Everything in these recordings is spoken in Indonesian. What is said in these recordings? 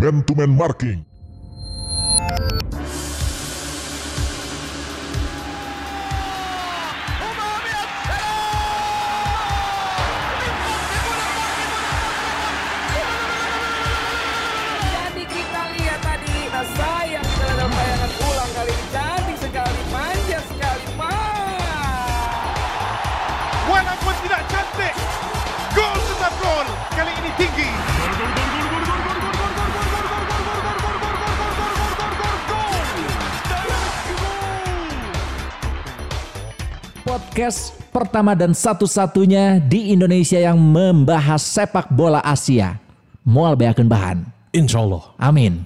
Man to Man Marking. Jadi kita lihat tadi nah, sayang sekali dalam bayangan ulang kali ini cantik sekali, manja sekali, mah. Walaupun tidak cantik, gol tetap gol. Kali ini tinggi. podcast pertama dan satu-satunya di Indonesia yang membahas sepak bola Asia. Mual beakeun bahan. Insya Allah. Amin.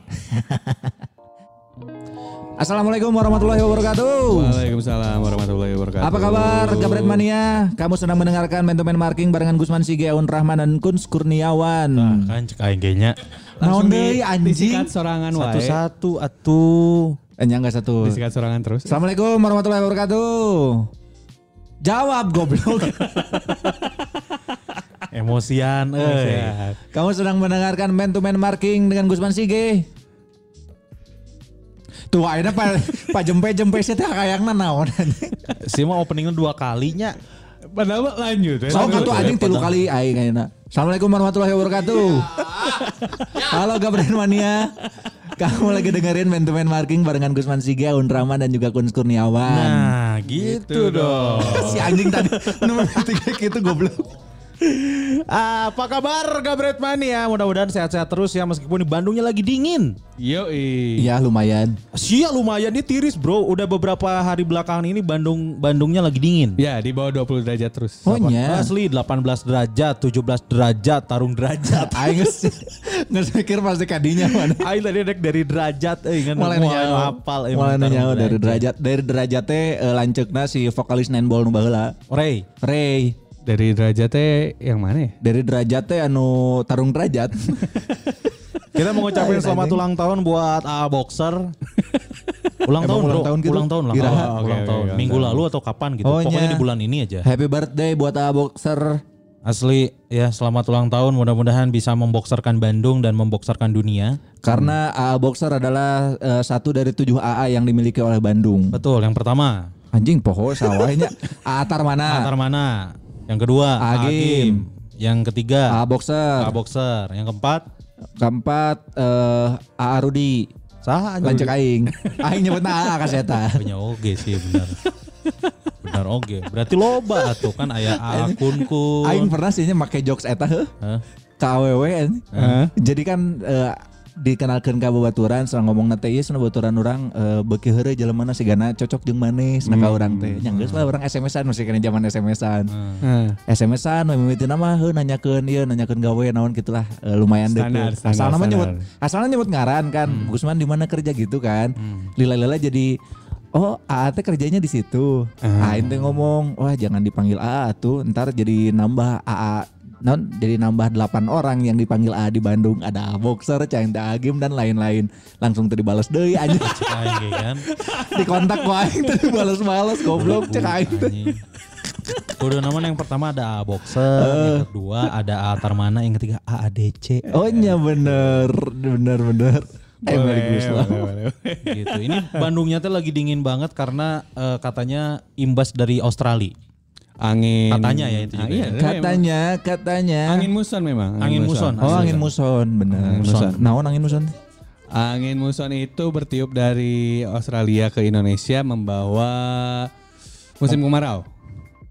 Assalamualaikum warahmatullahi wabarakatuh. Waalaikumsalam warahmatullahi wabarakatuh. Apa kabar Kabaret Mania? Kamu sedang mendengarkan Man to Man Marking barengan Gusman Sigeun Rahman dan Kuns Nah, Kurniawan. kan cek aing ge nya. Naon deui anjing? sorangan wae. Satu-satu atuh. Enya enggak satu. Disikat sorangan terus. Assalamualaikum warahmatullahi wabarakatuh. Jawab goblok. Emosian euy. Sehat. Kamu sedang mendengarkan Man to Man Marking dengan Gusman Sige. Tuh akhirnya pak pa jempe jempe sih teh kayaknya naon anjing. Si mah openingnya dua kalinya. Padahal mah lanjut. ya. Sok atuh anjing tilu kali aing ayeuna. Assalamualaikum warahmatullahi wabarakatuh. Ya. Halo Gabriel Mania. Kamu lagi dengerin Man to Man Marking barengan Gusman Sige, Undrama dan juga Kun Kurniawan. Nah, gitu, dong. Si anjing tadi nomor tiga gitu goblok. Apa kabar Kabaret Mania? Mudah-mudahan sehat-sehat terus ya meskipun di Bandungnya lagi dingin. Yoi. Iya lumayan. Sia lumayan nih tiris bro. Udah beberapa hari belakangan ini Bandung Bandungnya lagi dingin. Ya di bawah 20 derajat terus. Oh nya. Asli 18 derajat, 17 derajat, tarung derajat. Aing geus geus mikir pasti kadinya mana. Aing tadi dek dari derajat euy ngan mulai nanya hafal eh, euy, mulai bentar, nanya dari derajat. derajat dari derajat teh eh, lanceukna si vokalis Nine Ball nu baheula Rey. Ray Dari derajatnya yang mana ya? dari derajat teh anu tarung derajat Kita mau Lain ngucapin selamat anjing. ulang tahun buat ah, boxer. ulang tahun ulang bro, tahun gitu? ulang tahun lah, Iraha. Oh, Oke, ulang oke, tahun. ulang Minggu tahun. lalu atau kapan gitu. Oh, Pokoknya nya. di bulan ini aja. happy birthday buat A boxer Asli ya selamat ulang tahun. Mudah-mudahan bisa membokserkan Bandung dan membokserkan dunia. karena A boxer adalah eh, satu dari tujuh AA yang dimiliki oleh Bandung Betul. Yang pertama, anjing poho sawahnya A Atar mana Atar mana? Yang kedua, Agim. Yang A ketiga, boxer A boxer. Yang keempat, keempat eh, A Rudi sah lancek aing aing nyebutna A kaseta punya oge sih benar. benar oge. Berarti loba tuh kan aya akunku. Aing pernah sih nya make jokes eta heuh. Hah? Ke AWW kan. eh. Jadi kan eh, dikenalkan ke babaturan soal ngomong nate ieu cenah babaturan urang eh, beuki heureum mana sigana cocok jeung maneh cenah ka urang teh. Nya geus lah urang SMS-an masih kana zaman SMS-an. Nah. Heeh. SMS-an we mimitina mah heuh nanyakeun ieu nanyakeun gawe naon gitulah eh, lumayan deh. Standar, standar, Asalna mah standar. Hmm. nyebut asalna nyebut ngaran kan. Gusman di mana kerja gitu kan. Lila-lila jadi Oh, Aate kerjanya di situ. Ah. Aing teh ngomong, wah jangan dipanggil AA tuh, ntar jadi nambah AA non jadi nambah 8 orang yang dipanggil AA di Bandung ada A boxer, cang da agim dan lain-lain. Langsung teu dibales deui anjing. Aing ge kan. Dikontak ku aing teu dibales-bales goblok cek aing teh. Anjing. Udah nama yang pertama ada A boxer, Eh. yang kedua ada A Tarmana, yang ketiga A ADC. Oh nya bener, bener bener. Eh, Mary Guslau. gitu. Ini Bandungnya teh lagi dingin banget karena eh, katanya imbas dari Australia. Angin. Katanya ya itu juga Ah, iya, ya. memang. Katanya, katanya. Angin muson memang. Angin muson. oh angin muson, bener. Angin muson. Naon angin muson? Angin muson itu bertiup dari Australia ke Indonesia membawa Oh. musim kemarau.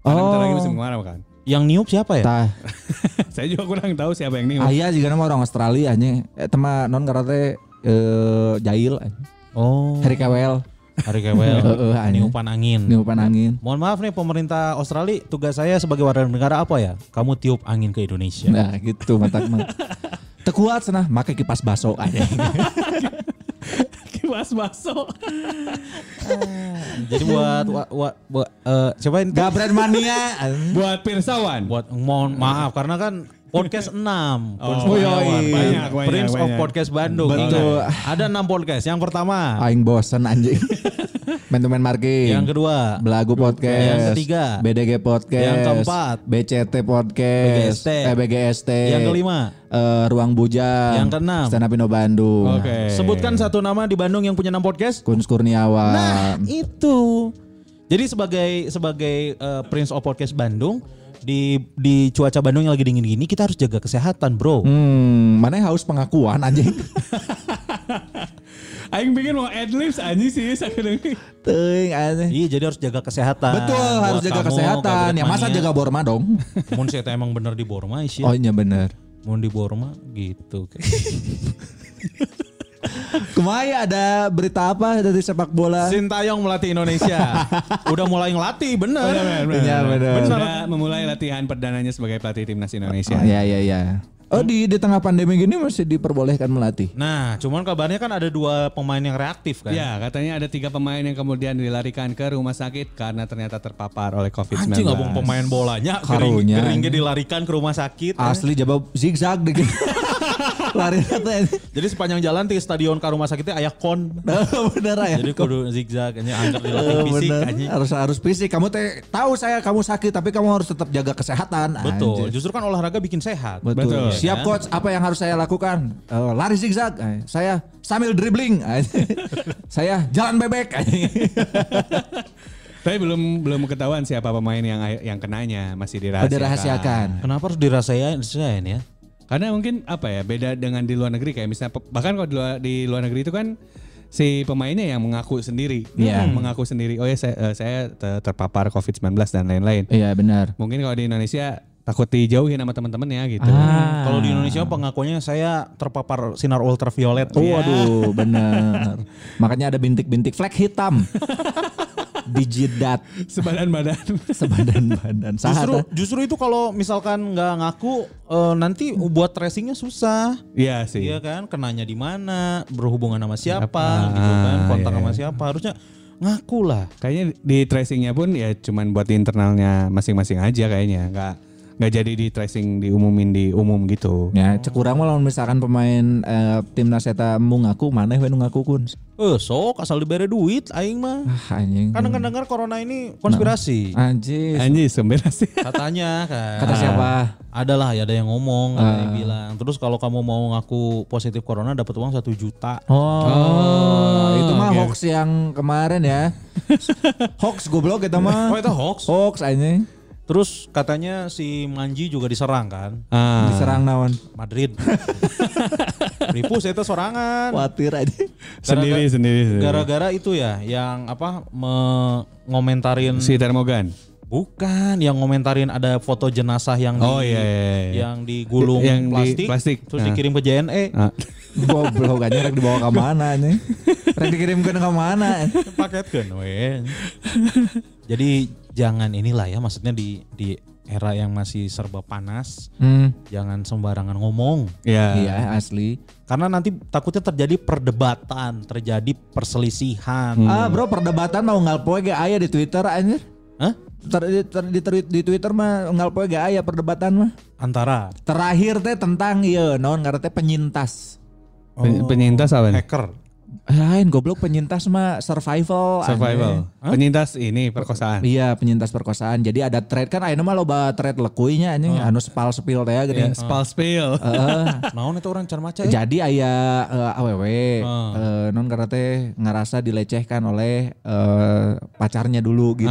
Karena bentar lagi musim kemarau kan. Yang niup siapa ya? Tah, Saya juga kurang tahu siapa yang ini. Ayah juga nama orang Australia nya. Eta mah non karate eh jail. Oh, Harry Kewel Hari Kewel. Heeh, anjing. Niupan angin. niupan angin. Mohon maaf nih pemerintah Australia, tugas saya sebagai warga negara apa ya? Kamu tiup angin ke Indonesia. Nah, gitu mata mah. Tekuat sana, make kipas baso aja. Kipas baso. Jadi buat wa, wa- buat, eh, siapa ini? Gabret mania. Buat pirsawan. buat mohon maaf karena kan podcast 6 Oh, yoi. Banyak, banyak, Prince of banyak. Podcast Bandung Betul. Iya. ada 6 podcast yang pertama Aing bosen anjing. Man to Man Marking. Yang kedua. Belagu Podcast. Yang ketiga. BDG Podcast. Yang keempat. BCT Podcast. BGST. Eh, BGST. Yang kelima. Eh, Ruang Bujang. Yang keenam. Stand Up Indo Bandung. Oke. Sebutkan satu nama di Bandung yang punya enam podcast. Kunz Kurniawan. Nah, itu. Jadi sebagai sebagai eh, Prince of Podcast Bandung di di cuaca Bandung yang lagi dingin gini kita harus jaga kesehatan, Bro. Hmm, mana yang haus pengakuan anjing? Aing bikin mau adlibs anjing sih sakit Teuing anjing. Iya, jadi harus jaga kesehatan. Betul, Buat harus jaga kamu, kesehatan. kabupaten Ya masa mania. jaga Borma dong? Mun saya teh emang bener di Borma sih. Oh iya bener. Mun di Borma gitu. Kemarin ada berita apa dari sepak bola? Sintayong melatih Indonesia. Udah mulai ngelatih, Oh, bener. Iya bener. Sudah memulai latihan perdananya sebagai pelatih timnas Indonesia. Ah, Iya iya iya. Oh di di tengah pandemi gini masih diperbolehkan melatih. Nah, cuman kabarnya kan ada dua pemain yang Iya. reaktif kan. Ya, katanya ada tiga pemain yang kemudian dilarikan ke rumah sakit karena ternyata terpapar oleh COVID-19. Anjing ngomong pemain bolanya kering, Nah, Karunya. keringnya dilarikan ke rumah sakit. Asli jawab zigzag deh. Lari Jadi sepanjang jalan di stadion ke rumah sakitnya ayah kon. bener ya. Jadi kudu zigzag ini angker dilatih Eh, fisik bener. anjing. harus harus fisik kamu teh tahu saya kamu sakit tapi kamu harus tetap jaga kesehatan Betul. Anjir. Justru kan olahraga bikin sehat. betul, Betul. siap Ya. coach apa yang harus saya lakukan Eh, lari zigzag Eh, saya sambil dribbling Eh, saya jalan bebek Tapi belum belum ketahuan siapa pemain yang yang kenanya masih dirahasiakan. ada rahasiakan Kenapa harus dirasain rasain ya? Karena mungkin apa ya beda dengan di luar negeri kayak misalnya pe- bahkan kalau di luar, di luar negeri itu kan si pemainnya yang mengaku sendiri, Iya. Hmm, mengaku sendiri. Oh ya saya, eh, saya ter- terpapar COVID-19 dan lain-lain. iya benar Mungkin kalau di Indonesia takut dijauhin sama teman-temannya gitu. Ah. Kalau di Indonesia pengakuannya saya terpapar sinar ultraviolet. Oh waduh bener Makanya ada bintik-bintik flek hitam Di jidat Sebadan-badan. Sebadan-badan Sahat Justru eh. justru itu kalau misalkan nggak ngaku eh, nanti buat tracingnya susah. Iya sih. Iya kan, kenanya di mana, berhubungan sama siapa, Siapa, gitu kan, Ah, kontak iya. sama siapa, harusnya ngaku lah. Kayaknya di tracingnya pun ya cuman buat di internalnya masing-masing aja kayaknya. Nggak nggak jadi di tracing diumumin di umum gitu. Ya, cekurang mah lamun misalkan pemain eh, timnas eta mau ngaku mana we nu ngaku kun. Eh, sok asal diberi duit aing mah. Ah anjing. Kan dengar dengar corona ini konspirasi. Anjir. Anjir, sih. Katanya kan. Kata siapa? Ah. Adalah ya ada yang ngomong, ada yang bilang. Terus kalau kamu mau ngaku positif corona dapat uang satu juta. Oh, itu mah hoax yang kemarin ya. hoax goblok eta Oh, mah. itu hoax. Hoax anjing. Terus katanya si Manji juga diserang kan? Ah, Diserang naon. Madrid. Ripus itu sorangan. Khawatir aja. sendiri, gara- sendiri sendiri. Gara-gara itu ya yang apa me- ngomentarin si termogan. bukan yang ngomentarin ada foto jenazah yang Oh, di, iya, iya, iya. yang digulung Yang di plastik, plastik. terus Ah. dikirim ke E. JNE Ah. Goblok aja rek dibawa ke mana anjing. Rek dikirimkeun ke mana. paketkeun we. kan, Jadi jangan inilah ya maksudnya di di era yang masih serba panas Hmm. jangan sembarangan ngomong Iya. Iya, asli. karena nanti takutnya terjadi perdebatan, terjadi perselisihan. Hmm. Ah, bro, perdebatan mau ngalpoe ge aya di Twitter anjir. Hah? Ter, di, ter- di, ter- di Twitter mah ngalpoe ge aya perdebatan mah. Antara Terakhir teh tentang iya naon ngaran teh penyintas. Pen- Penyintas apa nih? hacker. Eh, Lain goblok penyintas mah survival. anjir. Survival. Penyintas ini perkosaan. Iya, penyintas perkosaan. Jadi ada thread kan ayeuna mah loba thread lekuinya anjing Oh. anu spal spill teh ya, gini. Ya, spal spill. Heeh. Naon itu orang carmaca ya? Jadi aya eh, awewe Oh. eh, non karena teh ngerasa dilecehkan oleh eh, pacarnya dulu gitu.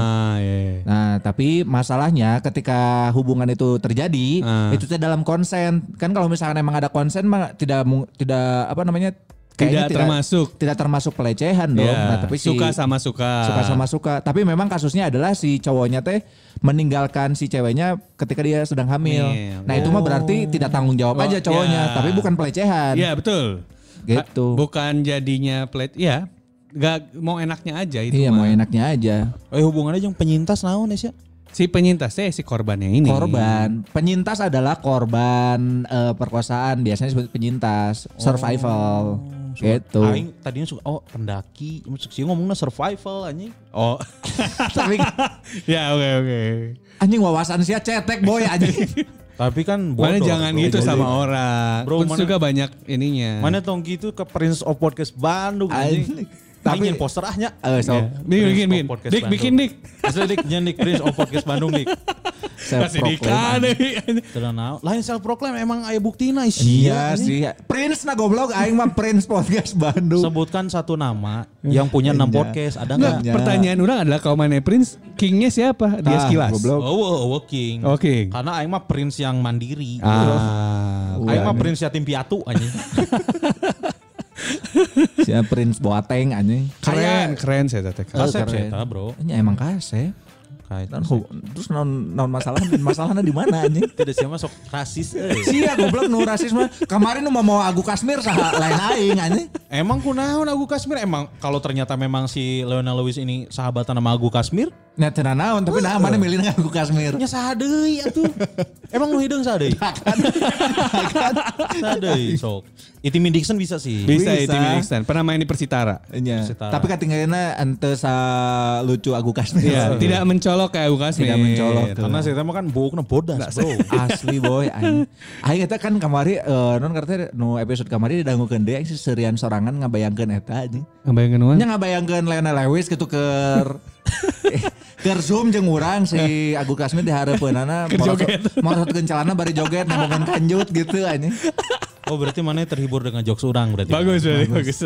Ah, iya, iya. Nah, tapi masalahnya ketika hubungan itu terjadi, Ah. itu teh dalam konsen. Kan kalau misalnya emang ada konsen mah tidak mu- tidak apa namanya? Tidak kayaknya termasuk. tidak termasuk pelecehan dong. Ya, Nah, tapi si- suka sama suka. suka sama suka. Tapi memang kasusnya adalah si cowoknya teh meninggalkan si ceweknya ketika dia sedang hamil. Hamil. Nah, itu mah berarti tidak tanggung jawab Oh, aja cowoknya, ya. tapi bukan pelecehan. Iya, betul. Gitu. Ha- Bukan jadinya plate. Ya, nggak mau enaknya aja itu. Iya, gitu mau mah. enaknya aja. Eh hubungannya jeung penyintas naon ya? Sia? Si penyintasnya si korbannya ini. Korban, penyintas adalah korban eh, perkosaan, biasanya disebut penyintas, Oh, survival. Gitu. Oh, Hmm, Aing tadinya suka oh pendaki, maksud sih ngomongnya survival anjing. Oh, Tapi ya oke oke. anjing wawasan sih cetek boy anjing. Tapi kan bodoh. Mana jangan bro. gitu Bodoh. sama orang. Bro, Kunz mana- juga banyak ininya. Mana tong gitu ke Prince of Podcast Bandung anjing. Anjing. Tapi poster ahnya. Eh, so, Bikin, bikin, bikin. Dik, bikin, Dik. Asli dik, nyen dik Prince of Podcast Bandung dik. saya proklaim. Tidak nau. Lain self proclaim emang aya buktina isi. Iya sih. Prince na goblok aing mah Prince Podcast Bandung. Sebutkan satu nama yang punya enam Iya. podcast, ada Nggak, nggak? Ya. Pertanyaan orang adalah kau mana Prince, kingnya siapa? Dia Ah, sekilas. goblok. Oh, oh, oh, King. Oh, King. Karena aing mah Prince yang mandiri. Ah, Aing mah Prince yatim piatu anjing. Si Prince Boateng anjing. keren, keren saya tadi. Kasep keren. saya bro. Ya, emang kasep. Dan Kayak gitu. hu- terus non non masalah masalahnya di mana anjing? tidak siapa sok rasis euy. Sia goblok nu rasis mah. Kemarin nu mau mau Agu Kasmir saha lain aing anjing. Emang kunaon Agu Kasmir emang kalau ternyata memang si Leonel Lewis ini sahabatan sama Agu Kasmir, Nya teu naon tapi nah mana milih Agu Kasmir. nya saha deui atuh. emang nu hideung saha deui? Saha deui Kan. sok. Itimi Dixon bisa sih. Bisa, Bisa. itu Miliksan. Pernah main di Persitara. Nya. Iya. Setara. Tapi katinggalina ente sa lucu Agu Kasmir. Iya, tidak mencolok kayak Ukas Tidak iya, mencolok tuh. Karena saya mah kan buukna bodas, bro. Asli boy aing. Aing eta kan kamari eh, non karena nu episode kamari didangukeun deui aing serian sorangan ngabayangkeun eta anjing. Bayangin Wan. Nya ngabayangkeun Lionel Lewis gitu ke ke zoom jeung urang si Agus Kasmi dihareupeunana morotkeun celana bari joget nemukeun kanjut gitu anjing. Oh, berarti mana terhibur dengan jokes orang berarti. Bagus, bagus.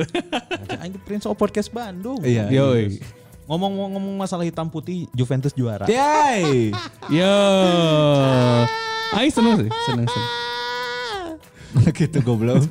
Anjing Prince of Podcast Bandung. Iya. Yoi. Ngomong-ngomong masalah hitam putih, Juventus juara. Iya. Yay. Yo. Aing seneng sih, seneng seneng. gitu goblok.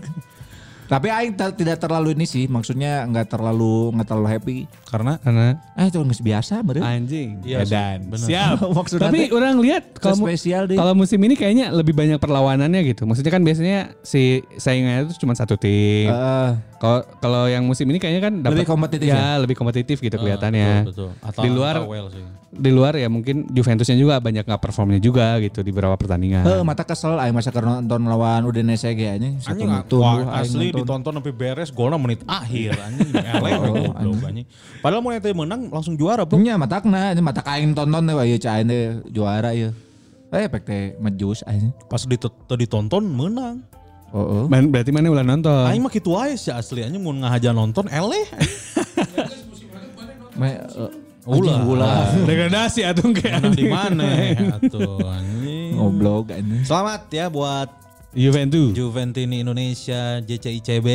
Tapi aing ter- tidak terlalu ini sih, maksudnya nggak terlalu nggak terlalu happy. Karena Karena Ah itu nggak biasa meren. anjing. Iya, sih, Edan. bener. Siap. Maksudnya Tapi teh, orang lihat kalau mu- spesial deh. kalau musim ini kayaknya lebih banyak perlawanannya gitu. Maksudnya kan biasanya si saingannya itu cuma satu tim. Heeh. Kalau kalau yang musim ini kayaknya kan dapat Ah. Lebih kompetitif ya, lebih kompetitif gitu kelihatannya. betul, betul. Atau- Di luar atau well sih. di luar ya mungkin Juventusnya juga banyak nggak performnya juga gitu di beberapa pertandingan. Heh, eh, mata kesel aing masa karena nonton lawan Udinese ge anjing. Satu Anjing nutuh, wah, aing asli nonton. ditonton sampai beres golnya menit akhir anjing eleng we goblok, anjing. Padahal mau nanti menang langsung juara bro. Nya mata kena, ini mata kain tonton deh, ya cain deh juara ya. Eh, pek teh mejus aja. Pas ditet- teu ditonton menang. Oh, oh. Man- berarti mana ulah nonton? Aing mah kitu aja sih asli anjing mun ngahaja nonton eleh. Me, eh, Ulah. anjing, ulah. Ah, Degradasi atau enggak? Menang di mana atuh anjing. Ngoblok anjing. Selamat ya buat Juventus. Juventini Indonesia, JCICB.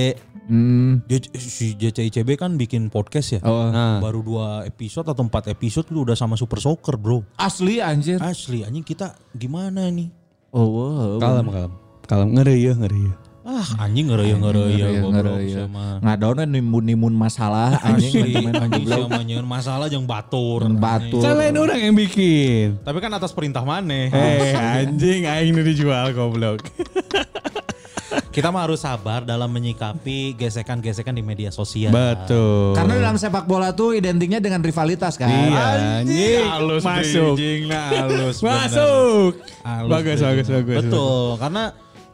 Hmm. J- Si JCICB kan bikin podcast ya. Oh. Nah, baru dua episode atau empat episode lu udah sama Super Soccer, Bro. Asli anjir. Asli anjing kita gimana nih? Oh, wow. Kalem kalem. Kalem ya, ngereuyeuh ngereuyeuh. Ah, anjing ngereuyeuh ngereuyeuh goblok sia mah. Iya, Ngadon nimun-nimun masalah anjing Asli, main-main anjing goblok. sama nyeun masalah jeung batur. Batur. Kan lain orang yang bikin. Tapi kan atas perintah maneh. Eh anjing aing nu dijual goblok. Kita mah harus sabar dalam menyikapi gesekan-gesekan di media sosial. Betul. Karena dalam sepak bola tuh identiknya dengan rivalitas kan. Iya, anjing. Halus Masuk. bridging, nah halus. bener. Masuk. Halus Bagus, bridging. bagus, bagus. Betul, karena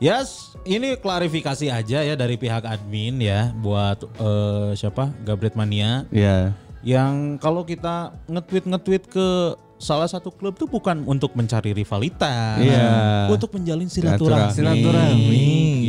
Yes, ini klarifikasi aja ya dari pihak admin ya buat eh, siapa Gabret Mania Iya. yang kalau kita nge-tweet nge-tweet ke salah satu klub tuh bukan untuk mencari rivalitas, Iya. untuk menjalin silaturahmi, Silaturahmi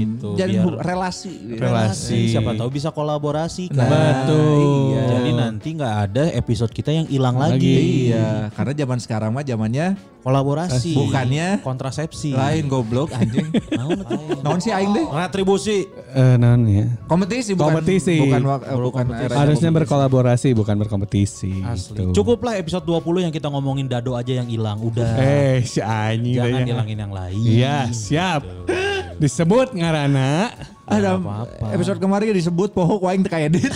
gitu, Jadi biar relasi. relasi. siapa tahu bisa kolaborasi kan. Betul. Iya. Jadi nanti nggak ada episode kita yang hilang lagi. Iya, karena zaman sekarang mah zamannya Kolaborasi. Bukannya- kontrasepsi. lain goblok anjing. Naon atuh? Naon sih aing deh? Retribusi. Eh naon ya? Kompetisi bukan Kompetisi. bukan wak- eh, bukan era Harusnya kompetisi. berkolaborasi bukan berkompetisi. Asli. gitu. Cukuplah episode 20 yang kita ngomongin dado aja yang hilang udah. Eh, si anjing Jangan tanya. hilangin yang lain. Iya, siap. Disebut ngarana. ada Nggak apa-apa. episode kemarin disebut pohok waing teka edit.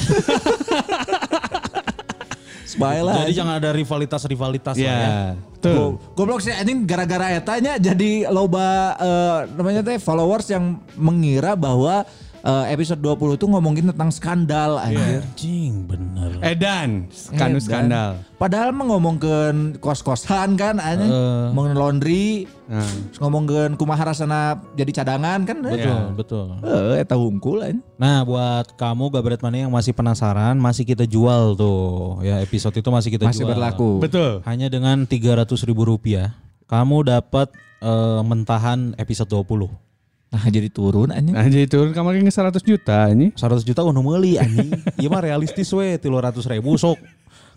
Sebaiklah. Jadi jangan ada rivalitas-rivalitas lah ya. Iya. Tuh. Goblok sih anjing gara-gara etanya jadi loba eh, namanya teh followers yang mengira bahwa eh, episode 20 tuh ngomongin tentang skandal anjir. Anjing bener. Eh, Edan, Edan. kanu Iya, skandal. kan? Padahal mah ngomongkeun kos-kosan kan anjing, ngomongin laundry, Nah. terus ngomongkeun kumaha rasana jadi cadangan kan. Betul, betul. Heeh, eta hungkul anjing. Nah buat kamu Gabret Mania yang masih penasaran masih kita jual tuh ya episode itu masih kita Masih jual. berlaku. Betul. Hanya dengan 300 ribu rupiah kamu dapat eh, mentahan episode 20. Nah jadi turun anjing. Nah jadi turun kemarin ke 100 juta ini. 100 juta udah meuli anjing. Iya mah realistis we 300 ribu sok.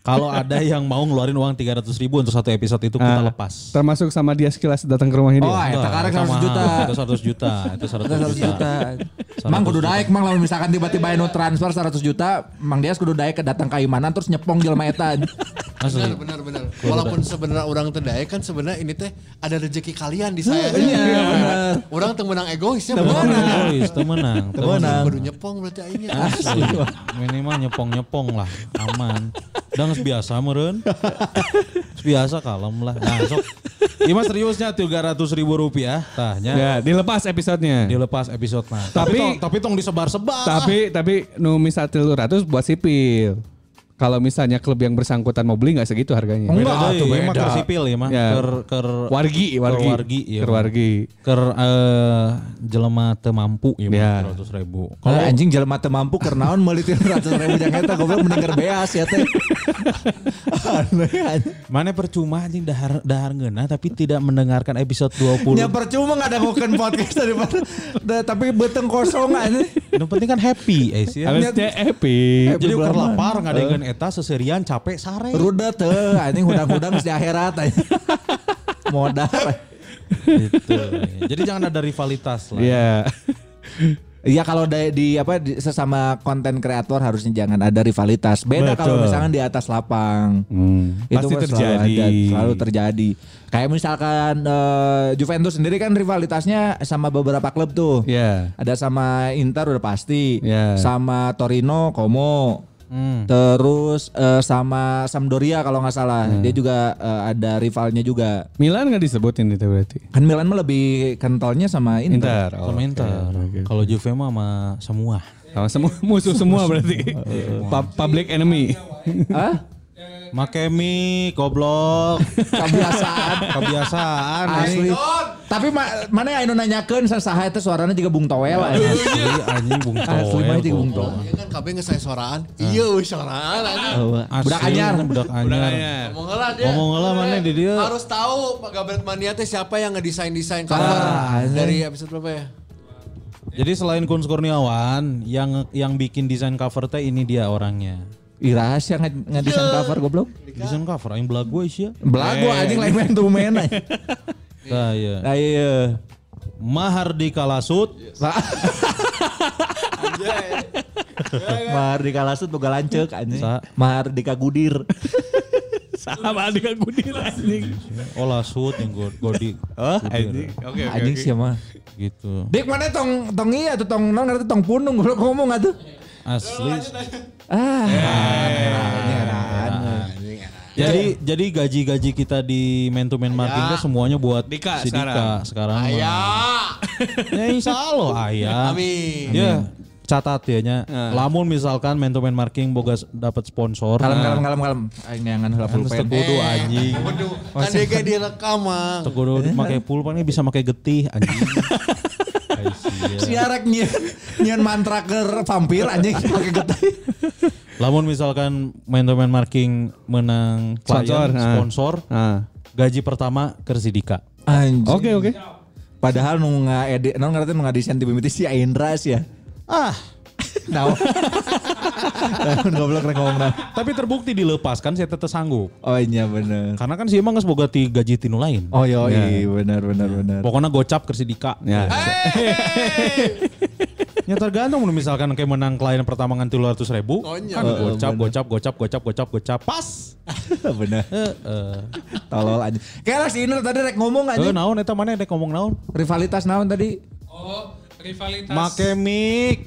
Kalau ada yang mau ngeluarin uang 300 ribu untuk satu episode itu kita Ah, lepas. Termasuk sama dia sekilas datang ke rumah ini. Oh, ya? ya karek Sama, 100 juta. Itu 100 juta, itu 100 100 juta. juta. Mang kudu daek mang lamun misalkan tiba-tiba anu transfer 100 juta, Mang Dias kudu daek ke datang ke Imanan terus nyepong jelema eta. Asli. Benar, benar, benar. Walaupun sebenarnya orang terdaya kan sebenarnya ini teh ada rezeki kalian di saya. Iya, benar. Orang temenang egoisnya. Temenang, guys, temenang. Temenang. Kudu nyepong berarti ya. akhirnya. Asli. Minimal nyepong-nyepong lah, aman. Dan biasa meren. Biasa kalem lah. Nah, sok. Ima seriusnya 300 ribu rupiah. Tahnya Ya, dilepas episodenya. iya. dilepas episode nah. tong- Tapi- tapi tong disebar-sebar. Tapi tapi nu misal 300 buat sipil. Kalau misalnya klub yang bersangkutan mau beli nggak segitu harganya. Enggak Beda tuh deui, mah beda. ker sipil ya mah. Ya. Ker ker Wargi, wargi. Ker wargi, iya. Ker wargi. ker eh, jelema teu mampu ya Ya. mah 300 ribu. Kalau anjing jelema teu mampu keur naon meuli 300 ribu jang eta goblok mending keur beas ya teh. Aneh anjing. eh, Mana percuma anjing dahar dahar ngeunah tapi tidak mendengarkan episode 20. Nya Ya, percuma ngadangukeun podcast daripada da- tapi beteng kosong ah, anjing. Yang penting kan happy, eh, sih. Harusnya happy. Eh, Jadi ukur Bulan lapar Eh. ngadengeun eta seserian capek sare. Rudet teh anjing hudang-hudang geus di akhirat anjing. Modal. ah. Gitu. Jadi jangan ada rivalitas lah. Iya. Iya kalau di, di apa di- sesama konten kreator harusnya jangan ada rivalitas. Beda kalau Betul. misalkan di atas lapang. Pasti mah terjadi. Selalu, ada, selalu terjadi. Kayak misalkan eh, Juventus sendiri kan rivalitasnya sama beberapa klub tuh. Iya. Ada sama Inter udah pasti. Iya. Sama Torino, Como. Hmm. Terus eh, sama Sampdoria kalau nggak salah. Dia juga eh, ada rivalnya juga. Milan nggak disebutin itu berarti. Kan Milan mah lebih kentalnya sama Inter. Inter. Oh, Sama Inter. Kalau Juve mah sama semua. Sama semua musuh semua berarti. Pub- Public enemy. Hah? Makemi, goblok. Kebiasaan. Kebiasaan. Asli. Tapi ma- mana yang anu nanyakeun sasaha itu suaranya juga Bung Toel anjing. Asli anjing Bung Toel. Asli mah jeung Bung Toel. Iya kan kabeh ngesay soraan. Iya weh soraan anjing. Budak anyar. Budak anyar. Ngomong lah dia. Ah. Ngomong heula mana di dieu. Harus tahu Pak Gabriel Mania teh siapa yang ngedesain-desain cover Ah, anjing. dari episode berapa ya? Jadi selain Kun Kurniawan, yang yang bikin desain cover teh ini dia orangnya. Ih rahasia nge- ngedesain cover goblok. Desain cover aing belagu Iya. sia. Belagu anjing lain main tuh main anjing. Tah ieu. Nah iya. Mahardika Lasut. Mahardika Lasut boga lanceuk anjing. Sa. Mahardika Gudir. Sama adik aku anjing. Oh Lasut yang go- godi. ya. Oh, Gudir. anjing. Oke, oke. Anjing oke. sih mah. Gitu. Dik mana tong tong iya tuh tong non ngerti tong punung goblok ngomong atuh. Asli. Eh. Ah. Jadi jadi gaji-gaji kita di man to man marketing teh semuanya buat Dika si Dika sekarang. mah. Ayah. Ya insya Allah ayah. Amin. Ya catat ya nya. Lamun misalkan man to man marketing boga s- dapat sponsor. Kalem nah, kalem kalem kalem. Aing neangan heula kan pulpen. tegudu anjing. Waduh, kan dia kayak direkam, Mang. Tegudu pakai pulpen ini bisa pakai getih anjing. Ay, sia. Siarek nyian nyian mantra ke vampir anjing pakai getih. Lamun misalkan man to man marketing menang klien, Sponsor, nah. sponsor Ah. gaji pertama ke si Dika. Anjing. Oke, oke. Padahal nu ngaedit, non ngerti nu ngadesain tim itu si Aindra sih ya. Ah, Nah, tahun goblok rek ngomong nah. tapi terbukti dilepaskan saya tetap sanggup. Oh iya bener. Karena kan si emang nggak boga ti gaji tinu lain. Oh iya iya bener bener bener. Pokoknya gocap ke si Dika. Ya. Ya tergantung mun misalkan kayak menang klien pertama ngan 300 ribu. Oh, iya. Konyol. Kan gocap, gocap, gocap, gocap, gocap, gocap. Pas. bener. Heeh. Tolol aja. Kayak si Indra tadi rek ngomong aja. Eh naon eta mana dek ngomong naon? Rivalitas naon tadi? Oh, rivalitas. Make mic.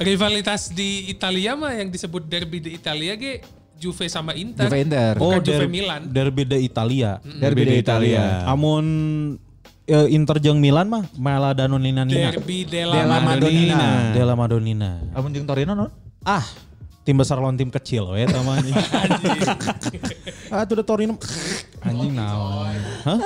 rivalitas di Italia mah yang disebut derby di Italia ge Juve sama Inter. Juve Inter. Bukan Juve der- Milan. Oh, Derby de Italia. Derby de Italia. Amun eh, Inter jeung Milan mah Mela Danonina Nina. Derby della Della Madonnina. Della Madonnina. Amun jeung Torino non? Ah, tim besar lawan tim kecil we eta mah anjing. ah, tuh da Torino. Anjing naon. Hah?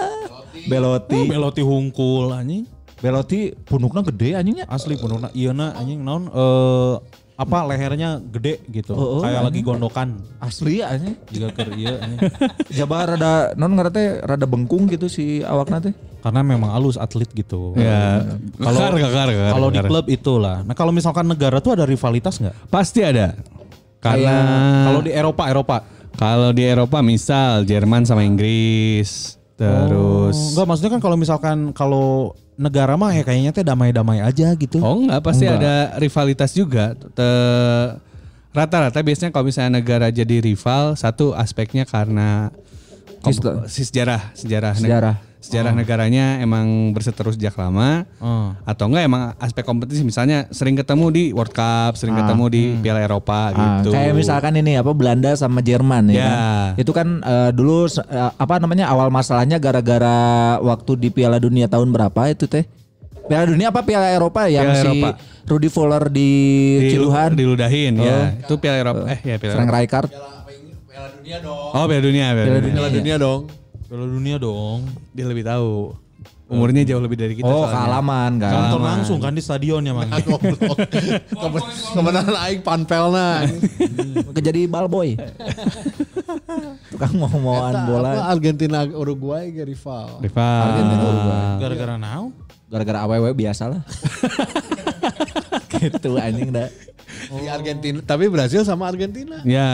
Belotti. Beloti hungkul anjing. iya, Belotti punukna gede ya? anjingnya. Asli pununa ieu na anjing naon eh apa lehernya gede gitu Oh, oh, kayak lagi anjing. gondokan Asli ya anjing. jika ker iya, anjing. Jabar rada non ngerti rada bengkung gitu si awakna teh. karena memang halus atlet gitu Ya, kalau Kekar, kekar, kekar, kalau di kekar. klub itulah nah kalau misalkan negara tuh ada rivalitas nggak Pasti ada. Karena Kayak kalau di Eropa Eropa kalau di Eropa misal Jerman sama Inggris terus Oh, enggak maksudnya kan kalau misalkan kalau negara mah ya kayaknya teh damai-damai aja gitu. Oh enggak, pasti ada rivalitas juga. Te- Rata-rata biasanya kalau misalnya negara jadi rival, satu aspeknya karena kom- Histo- si sejarah, sejarah, neg- Sejarah. sejarah negaranya emang berseteru sejak lama, Oh. atau enggak emang aspek kompetisi misalnya sering ketemu di World Cup, sering ketemu di Piala Eropa Ah, gitu. Kayak misalkan ini apa Belanda sama Jerman ya. Ya. kan? Itu kan eh, dulu se- eh, apa namanya awal masalahnya gara-gara waktu di Piala Dunia tahun berapa itu teh? Piala Dunia apa Piala Eropa yang si Piala Eropa. Rudy Fuller di, Di- Ciluhan, diludahin ya. Oh. Itu Piala Eropa, eh ya Piala Frank Eropa. Rijkaard. Piala dunia dong. Oh Piala Dunia, Piala, Piala Dunia. Piala dunia dong. Piala dunia dong. Dia lebih tahu. Umurnya jauh lebih dari kita. Oh, soalnya. kealaman kan. Nonton langsung kan di stadion ya Iya. Mang. Goblok. Kemen- Kemenan aing panpelna. Jadi balboy. Tukang mau-mauan Eta bola. apa, Argentina Uruguay ge rival. Rival. Argentina Uruguay. Gara-gara now. Gara-gara awewe biasa lah. gitu anjing dah. Di Oh. Iya, Argentina, tapi Brasil sama Argentina. Ya.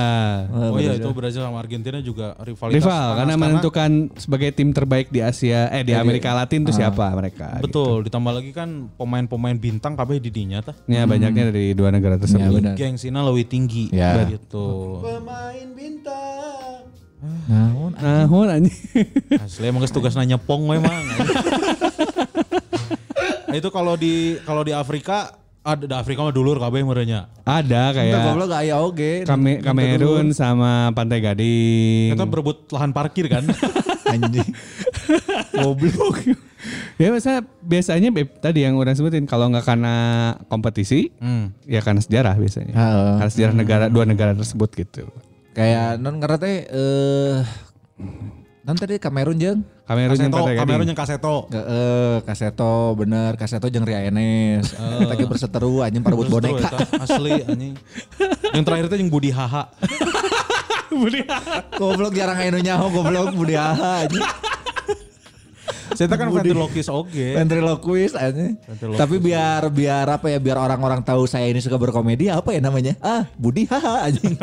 Oh iya itu Brazil sama Argentina juga rivalitas. rival panas karena menentukan sebagai tim terbaik di Asia eh di Amerika Latin tuh siapa mereka gitu. Betul, ditambah lagi kan pemain-pemain bintang kabeh di dinya tah. ya banyaknya dari dua negara tersebut benar. Gengsinya lebih tinggi Ya. Iya. gitu. Pemain bintang. Naon nah hon anjing. Asli emang geus tugasna nyepong we mang. Nah, itu kalau di kalau di Afrika ada di Afrika mah dulur kabeh merenya. ada kayak goblok gak aya oge. Kame, Kamerun sama Pantai Gading Kita berebut lahan parkir kan. anjing. goblok ya masa biasanya Beb, tadi yang orang sebutin kalau nggak karena kompetisi ya karena sejarah biasanya Heeh. karena sejarah negara dua negara tersebut gitu Kayak non ngerti eh non tadi Kamerun jeung Kamerun yang Kaseto, Pantai Gading Kamerun yang Kaseto. Ke- eh Kaseto bener Kaseto jeung Ria Enes. Tadi berseteru anjing parebut Terus boneka. tuh, eta Asli anjing. Yang terakhir itu yang Budi Haha. goblok jarang aya nu nyaho goblok Budi Aha anjing. Saya kan ventriloquist oge. Ventriloquist anjing. Ventriloquist. Tapi biar biar apa ya biar orang-orang tahu saya ini suka berkomedi apa ya namanya? Ah, Budi haha anjing.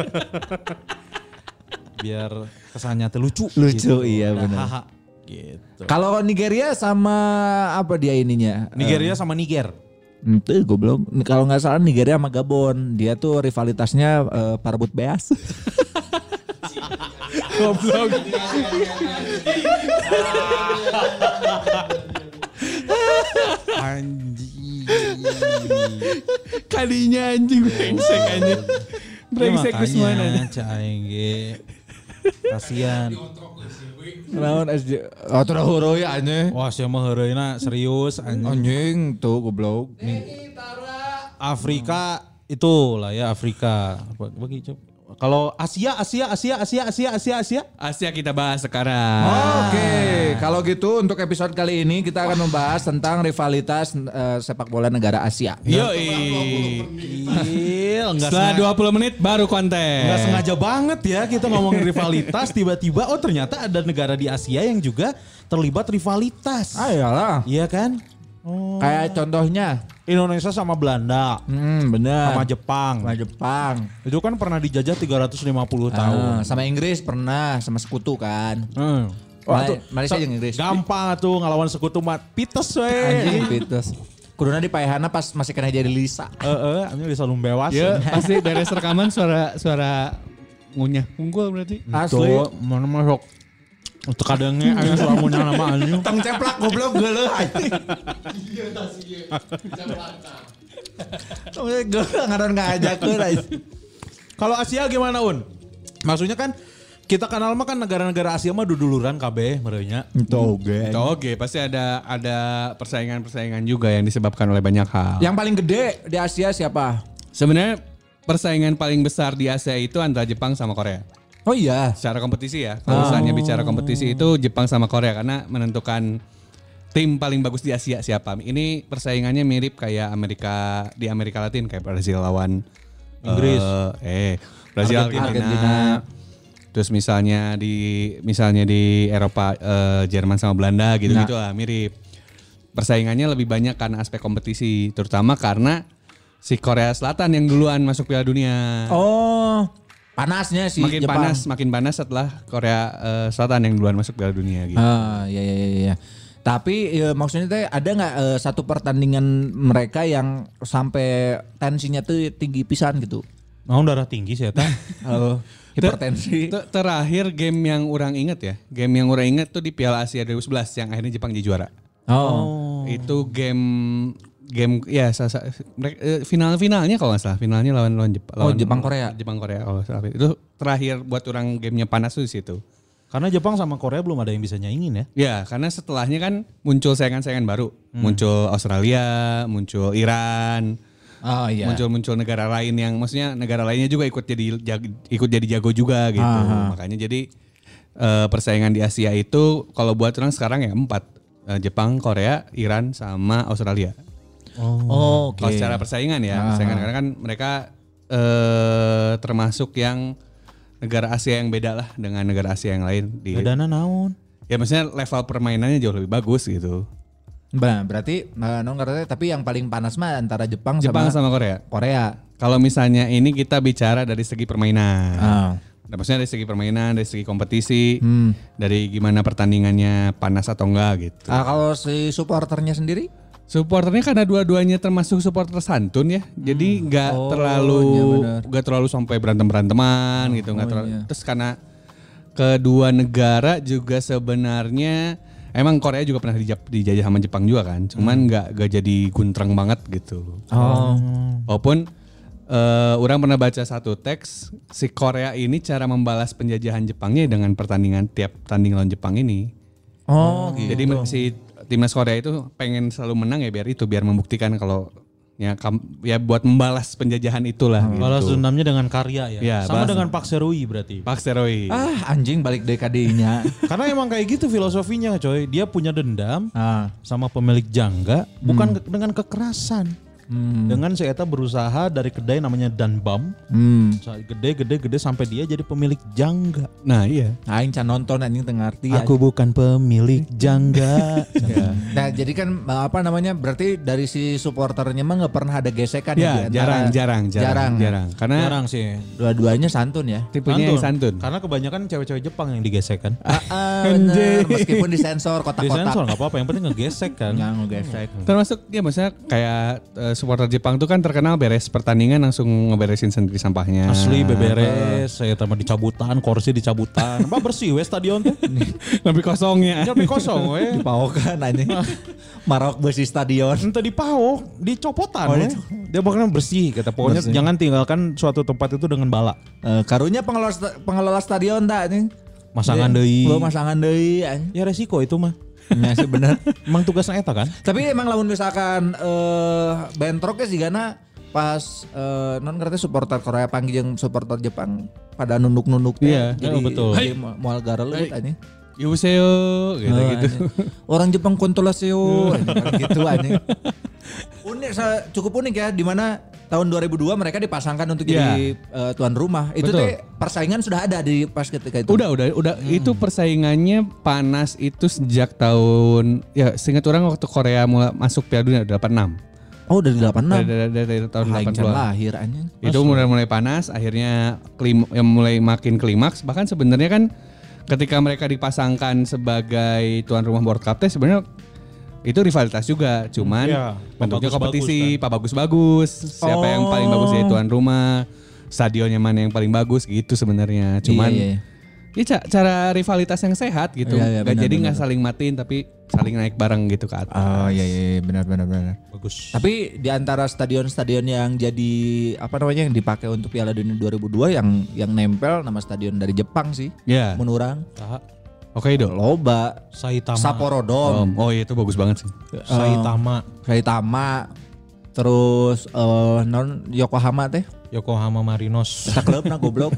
Biar kesannya teh lucu. Lucu, iya, Nah, benar. Haha. Gitu. Kalau Nigeria sama apa dia ininya? Nigeria sama Niger. Itu goblok. Kalau nggak salah Nigeria sama Gabon, dia tuh rivalitasnya eh, parbut beas. goblok. Anjing. kadinya anjing brengsek anjing brengsek Ini Gus mana Ya, makanya, Cak Aing ge. Kasian. Naon SJ? Ah, Oh, terus huru ya anjing. Wah, saya mah heureuna serius anjing. Anjing tuh goblok. Afrika itu lah ya Afrika. Bagi Cuk. Kalau Asia, Asia, Asia, Asia, Asia, Asia, Asia. Asia kita bahas sekarang Ah. Oke, kalau gitu untuk episode kali ini kita akan membahas tentang rivalitas eh, sepak bola negara Asia. Yoi. Gil, enggak Setelah Iya, sengaja- 20 menit baru konten. Nggak sengaja banget ya kita ngomongin rivalitas tiba-tiba oh ternyata ada negara di Asia yang juga terlibat rivalitas. Ah, Ayolah. Iya kan? Oh. Kayak contohnya, Indonesia sama Belanda, hmm, bener. sama Jepang. Sama Jepang. Itu kan pernah dijajah 350 tahun. Ah, sama Inggris pernah, sama sekutu kan. Hmm. Wah, Waktu- Malaysia sa- jeung Inggris. Gampang tuh ngelawan sekutu mat. Pites we. Anjing pitus. Kuduna di Paehana pas masih kena jadi Lisa. Heeh, anjing bisa lumbewas. Ya, pasti beres rekaman suara suara ngunyah unggul berarti. Asli. Tuh, mana masuk. Itu kadangnya aja suamunya nama anjing. Tang ceplak goblok geuleuh anjing. Tong geuleuh ngaran ngajakeun anjing. Kalau Asia gimana Un? Maksudnya kan kita kenal mah kan negara-negara Asia mah duduluran KB merenya. Itu Oke, pasti ada ada persaingan-persaingan juga yang disebabkan oleh banyak hal. Yang paling gede di Asia siapa? Sebenarnya persaingan paling besar di Asia itu antara Jepang sama Korea. Oh iya. Secara kompetisi ya. Kalau misalnya bicara kompetisi itu Jepang sama Korea karena menentukan tim paling bagus di Asia siapa. Ini persaingannya mirip kayak Amerika di Amerika Latin kayak Brazil lawan Inggris. eh Brazil Argentina. Argentina. Argentina. Terus misalnya di misalnya di Eropa eh, Jerman sama Belanda gitu-gitu lah mirip. Persaingannya lebih banyak karena aspek kompetisi, terutama karena si Korea Selatan yang duluan masuk Piala Dunia. Oh, panasnya sih makin Jepang. panas, makin panas setelah Korea eh, Selatan yang duluan masuk Piala Dunia gitu. Ah, ya ya ya ya. Tapi ya, maksudnya teh ada nggak eh, satu pertandingan mereka yang sampai tensinya tuh tinggi pisan gitu? Mau darah tinggi sih ya Oh, hipertensi. Ter- terakhir game yang orang inget ya, game yang orang inget tuh di Piala Asia 2011 yang akhirnya Jepang jadi juara. Oh, Itu game game ya sa- sa- mereka, eh, final finalnya kalau nggak salah finalnya lawan lawan Jepang. Oh, Jepang Korea. Jepang Korea kalau nggak salah itu terakhir buat orang gamenya panas tuh di situ. Karena Jepang sama Korea belum ada yang bisa nyaingin ya. Ya karena setelahnya kan muncul saingan-saingan baru, Hmm. muncul Australia, muncul Iran. oh iya. muncul-muncul negara lain yang maksudnya negara lainnya juga ikut jadi jag- ikut jadi jago juga gitu. Aha. Makanya jadi eh, persaingan di Asia itu kalau buat orang sekarang ya empat Eh, Jepang, Korea, Iran sama Australia. Oh, oke. Kalau secara persaingan ya, persaingan karena kan mereka eh termasuk yang negara Asia yang beda lah dengan negara Asia yang lain di Bedana Iya. naon. ya maksudnya level permainannya jauh lebih bagus gitu. Nah, berarti eh, Nong ngerti, tapi yang paling panas mah antara Jepang, Jepang sama, sama Korea. Korea. Kalau misalnya ini kita bicara dari segi Ah. permainan. Hmm. Nah, maksudnya dari segi permainan, dari segi kompetisi, dari gimana pertandingannya panas atau enggak gitu. Ah, kalau si supporternya sendiri? Supporternya karena dua-duanya termasuk supporter santun ya, jadi nggak Oh, terlalu iya benar. Oh, iya. nggak terlalu sampai berantem beranteman gitu, nggak terlalu. Terus karena kedua negara juga sebenarnya emang Korea juga pernah dijap- dijajah sama Jepang juga kan, cuman nggak nggak jadi guntrang banget gitu. Hmm. Oh. Walaupun eh, orang pernah baca satu teks si Korea ini cara membalas penjajahan Jepangnya dengan pertandingan tiap tanding lawan Jepang ini. Oh, Jadi si timnas Korea itu pengen selalu menang ya biar itu biar membuktikan kalau ya kam- ya buat membalas penjajahan itulah. gitu. Balas dendamnya dengan karya ya. Iya, sama balas- dengan Pak Serui berarti. Pak Steroid. Ah, anjing balik DKD-nya. Karena emang kayak gitu filosofinya coy. Dia punya dendam ah. sama pemilik jangga bukan ke- dengan kekerasan. Dengan si Eta berusaha dari kedai namanya Danbam. Hmm. Gede-gede-gede sampai dia jadi pemilik jangga. Nah iya. Aing can nonton anjing teu ngarti. Aku bukan pemilik jangga. Ya. Nah, jadi kan apa namanya? Berarti dari si supporternya mah nggak pernah ada gesekan Ya di Iya, antara- ya. jarang, jarang, jarang, jarang, Karena Jarang sih. Dua-duanya santun ya. tipenya yang santun. Karena kebanyakan cewek-cewek Jepang yang digesek kan. Ah, ah, bener. Meskipun disensor Disensor kotak-kotak. nggak apa-apa, yang penting ngegesek kan. Yang ngegesek. Termasuk ya maksudnya kayak eh, supporter Jepang tuh kan terkenal beres pertandingan langsung ngeberesin sendiri sampahnya. Asli beberes, saya tambah dicabutan, kursi dicabutan. Mbak bersih we stadion tuh. Lebih ya. kosongnya. Tapi kosong we. ya. Dipaokan anjing. Marok besi stadion. Entah dipahok, Oh, dicopotan we. Dia pokoknya bersih kata pokoknya jangan tinggalkan suatu tempat itu dengan bala. Eh, karunya pengelola sta- pengelola stadion tak nih? Masangan deui. Lo masangan deui eh. anjing. Iya. Ya resiko itu mah. Ya sih bener. Emang tugasnya eta kan? Tapi emang lamun misalkan eh bentroknya sih karena pas eh, non ngerti supporter Korea panggil jeung supporter Jepang pada nunduk-nunduk teh. Iya, jadi iya, betul. jadi mo- moal gara leuwit anjing. Yuseo gitu Oh, gitu. anjing. Orang Jepang kontolaseo gitu anjing. Unik sa- cukup unik ya di mana tahun 2002 mereka dipasangkan untuk jadi eh, tuan rumah. Itu Iya. Betul. teh persaingan sudah ada di pas ketika itu. Udah udah udah Hmm. itu persaingannya panas itu sejak tahun ya seingat orang waktu Korea mulai masuk Piala Dunia 86. Oh dari Dari, 86. dari, dari, dari tahun Ah, Aing can 80. lahir anjing. Itu mulai mulai panas akhirnya klim, ya mulai makin klimaks bahkan sebenarnya kan ketika mereka dipasangkan sebagai tuan rumah World Cup teh sebenarnya itu rivalitas juga cuman Iya, bentuknya bagus-bagus kompetisi kan? pak bagus-bagus siapa yang paling bagus Oh. jadi tuan rumah stadionnya mana yang paling bagus gitu sebenarnya cuman Iya, iya, iya. ya ca- cara rivalitas yang sehat gitu Iya, iya, Nggak benar, jadi benar, nggak saling matiin tapi saling naik bareng gitu ke atas Oh iya iya iya, benar benar benar. Bagus. Tapi di antara stadion-stadion yang jadi apa namanya yang dipakai untuk Piala Dunia 2002 yang yang nempel nama stadion dari Jepang sih. ya Menurang, Tah, oke Iya. dong Loba, Saitama. Eh. Sapporo Dome, Om. oh iya itu bagus banget sih Saitama, Saitama, terus eh, non Yokohama teh, Yokohama Marinos. saklebna goblok.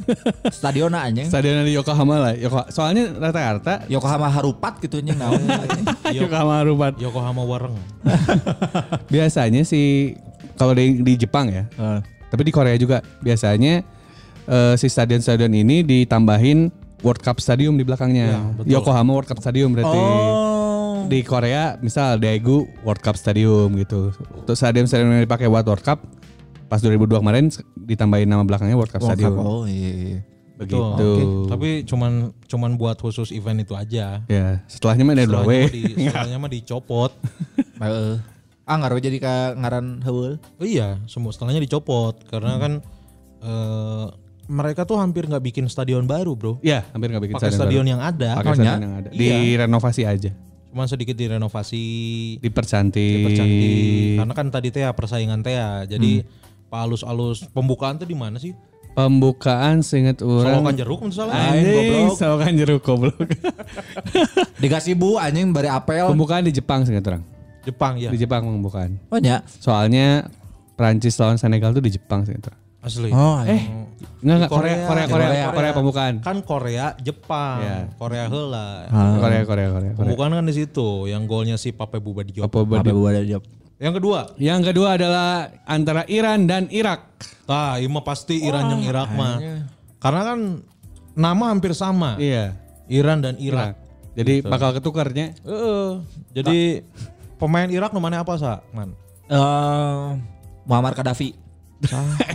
Stadionna anjing. stadion di Yokohama lah Yoko- soalnya rata-rata Yokohama Harupat gitu anjing naon. Yokohama Rubat Yokohama Wareng. biasanya sih kalau di, di Jepang ya Ah. Eh, Tapi di Korea juga biasanya eh, si stadion-stadion ini ditambahin World Cup Stadium di Ya, belakangnya. Yokohama World Cup Stadium berarti. Oh. Di Korea misal Daegu World Cup Stadium gitu. Terus stadion-stadion yang dipakai buat World Cup pas 2002 kemarin s- ditambahin nama belakangnya World Cup Stadium. Oh iya. iya. Begitu. Tapi cuman cuman buat khusus event itu aja. Ya, setelahnya mah ada Setelahnya dua way. mah di- Setelahnya mah dicopot. Heeh. Ah ngaruh jadi ka ngaran heul. Oh iya, semua setelahnya dicopot karena kan eh, mereka tuh hampir nggak bikin stadion baru, Bro. Ya, hampir nggak bikin Pakai stadion, yang Iya. ada, Pakai Makanya, stadion yang ada. Direnovasi aja. cuma sedikit direnovasi, Dipercantik. dipercantik. Karena kan tadi teh persaingan teh, ya, Hmm. jadi palus-alus pembukaan tuh di mana sih? Pembukaan seingat orang. Solokan jeruk misalnya. kan Anjing, Solokan jeruk goblok. Dikasih bu anjing bari apel. pembukaan di Jepang seingat orang. Jepang ya. Di Jepang pembukaan. Oh nya. Soalnya Prancis lawan Senegal tuh di Jepang seingat orang. Asli. Oh, iya. eh. Enggak, enggak, Korea, Korea, Korea, Korea, pembukaan. Kan Korea, Jepang, Iya. Ah, Korea heula. Korea, Korea, Korea. Korea. Pembukaan kan di situ yang golnya si Pape Bubadiop. Apa buat- Apa buat jawab? Yang kedua, Yang kedua adalah antara Iran dan Irak. ah ini mah pasti Oh, Iran yang Irak mah. Karena kan nama hampir sama. Iya. Iran dan Irak. Jadi bakal ketukarnya. Heeh. jadi Nah, pemain Irak namanya apa, Sa? Man. Eh Muammar Gaddafi.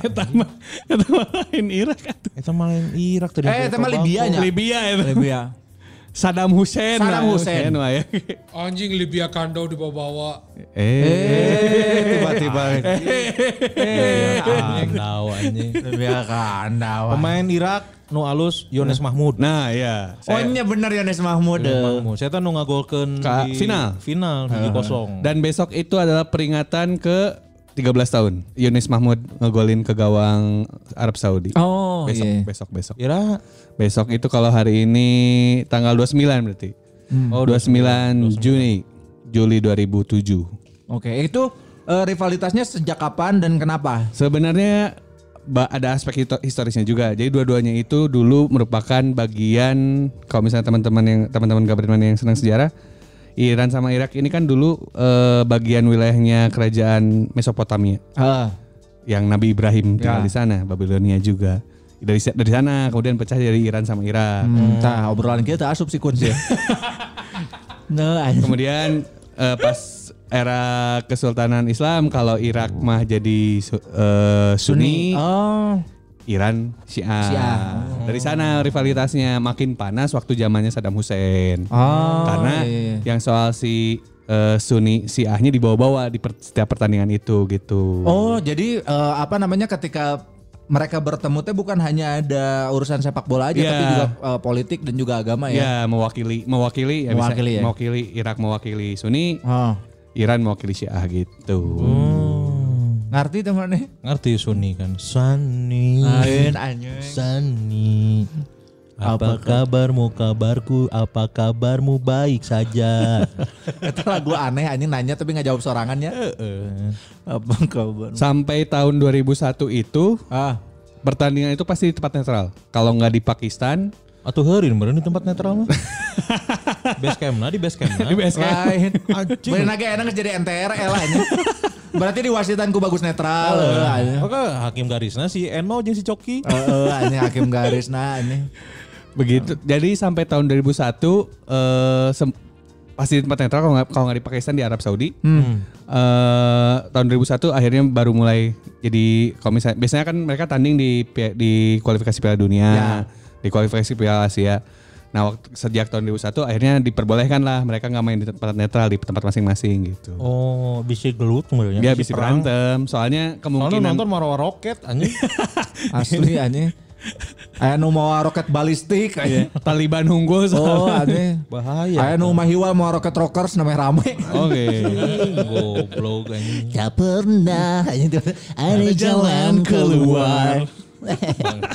Eta mah eta mah lain Irak atuh. Itu main Eh, Irak tadi. Eh, tema Libya nya. Libya ya. itu. Libya. Saddam Hussein. Saddam lah. Hussein. lah ya. Anjing Libya Kando dibawa-bawa. Eh, Tiba-tiba. Iya, Kandau Ah, anjing. Ya Libya kan Pemain Irak nu alus Yones Mahmud. Nah, ya. Oh Saya- nya bener Yones Mahmud. Yones Iya. Mahmud. Saya tuh nu ngagolkeun Ka final. Final 7-0. Hmm. Dan besok itu adalah peringatan ke 13 tahun. Yunis Mahmud ngegolin ke gawang Arab Saudi. Oh besok, iya. besok, besok. Irak Besok itu kalau hari ini tanggal 29 berarti. Hmm. Oh, 29, Juni. Juli 2007. Oke, itu eh, rivalitasnya sejak kapan dan kenapa? Sebenarnya ba- ada aspek hito- historisnya juga. Jadi dua-duanya itu dulu merupakan bagian kalau misalnya teman-teman yang teman-teman Gabrielman yang senang sejarah, Iran sama Irak ini kan dulu eh, bagian wilayahnya kerajaan Mesopotamia Heeh. yang Nabi Ibrahim Ya. tinggal di sana, Babilonia juga. Dari sa- dari sana kemudian pecah dari Iran sama Irak. Entah Hmm, obrolan kita asup sih kunci. nah, anjing. Kemudian eh, pas era Kesultanan Islam kalau Irak mah jadi su- eh, Sunni, Oh, Iran Syiah. Syiah. Oh. Dari sana rivalitasnya makin panas waktu zamannya Saddam Hussein. Oh, iya, Karena iya. yang soal si eh, Sunni Syiahnya dibawa-bawa di per- setiap pertandingan itu gitu. oh jadi eh, apa namanya ketika mereka bertemu teh bukan hanya ada urusan sepak bola aja, Iya. tapi juga eh, politik dan juga agama ya. Ya mewakili mewakili ya bisa- Mewakili ya. mewakili Irak mewakili Sunni, Oh, Iran mewakili Syiah gitu. ngerti teman ngerti Sunni kan. Sunni. Lain anjing. Sunny. Apa kabarmu kabarku? Apa kabarmu baik saja? Itu lagu aneh anjing nanya tapi nggak jawab ya? sorangannya. Apa kabar? Sampai tahun 2001 itu Ah, pertandingan itu pasti di tempat netral. Kalau nggak di Pakistan, Atau hari ini di tempat netral mah. base camp nah di base camp nah. lain. Bener lagi enak jadi NTR lah anjing. Berarti di wasitan ku bagus netral. eh, anjing. Oke, Oh, hakim garisnya si Eno jeung si Coki. Eh, eh, anjing hakim garis nah anjing. Hmm. Begitu. Jadi sampai tahun 2001 eh sem- pasti di tempat netral kalau nggak kalau nggak di Pakistan di Arab Saudi. Hmm. Eh, tahun 2001 akhirnya baru mulai jadi kalau misalnya biasanya kan mereka tanding di pi- di kualifikasi Piala Dunia, Ya. di kualifikasi Piala Asia. Nah, waktu sejak tahun 2001 akhirnya diperbolehkan lah mereka nggak main di tempat netral di tempat masing-masing gitu. Oh, bisa gelut sebenarnya. Dia bisa berantem, Soalnya soalnya Iya, kemungkinan nonton marwah roket anjing. Asli anjing. Aya nu mau roket balistik anjing. Taliban unggul Oh soalnya. anjing. Bahaya. Aya nu mahiwa mau roket rockers namanya rame. Oke. Goblok anjing. Tak pernah anjing tuh. Ada jalan keluar.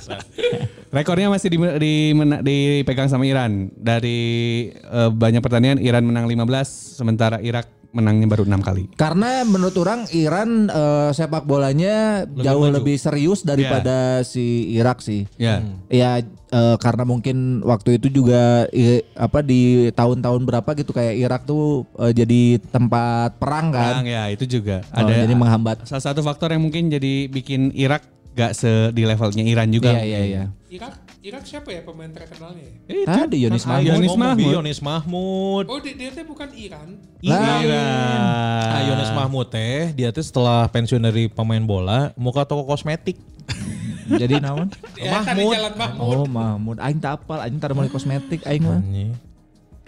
Rekornya masih di, di, mena- dipegang sama Iran. Dari eh, banyak pertandingan Iran menang 15 sementara Irak menangnya baru enam kali. Karena menurut orang Iran eh, sepak bolanya jauh maju. lebih serius daripada si Irak sih. Ya. Ya eh, karena mungkin waktu itu juga eh, apa di tahun-tahun berapa gitu kayak Irak tuh eh, jadi tempat perang kan. Perang, ya itu juga Oh, ada jadi menghambat. salah satu faktor yang mungkin jadi bikin Irak gak se di levelnya Iran juga. Iya iya iya. Irak Irak siapa ya pemain terkenalnya ya? Tadi Yonis Mahmud. Mahmud. Iya. Ah, kan Yonis Yonis Mahmud. Mahmud. Yonis Mahmud. Iya. Oh dia, dia teh bukan Iran. Lah, Iran. Ah, Yonis Mahmud teh dia teh setelah pensiun dari pemain bola muka toko kosmetik. jadi naon? Iya, Ya, kan tadi Mahmud. jalan Mahmud. Oh Mahmud, aing tak apal, aing tak ada mau kosmetik aing mah. Anjing.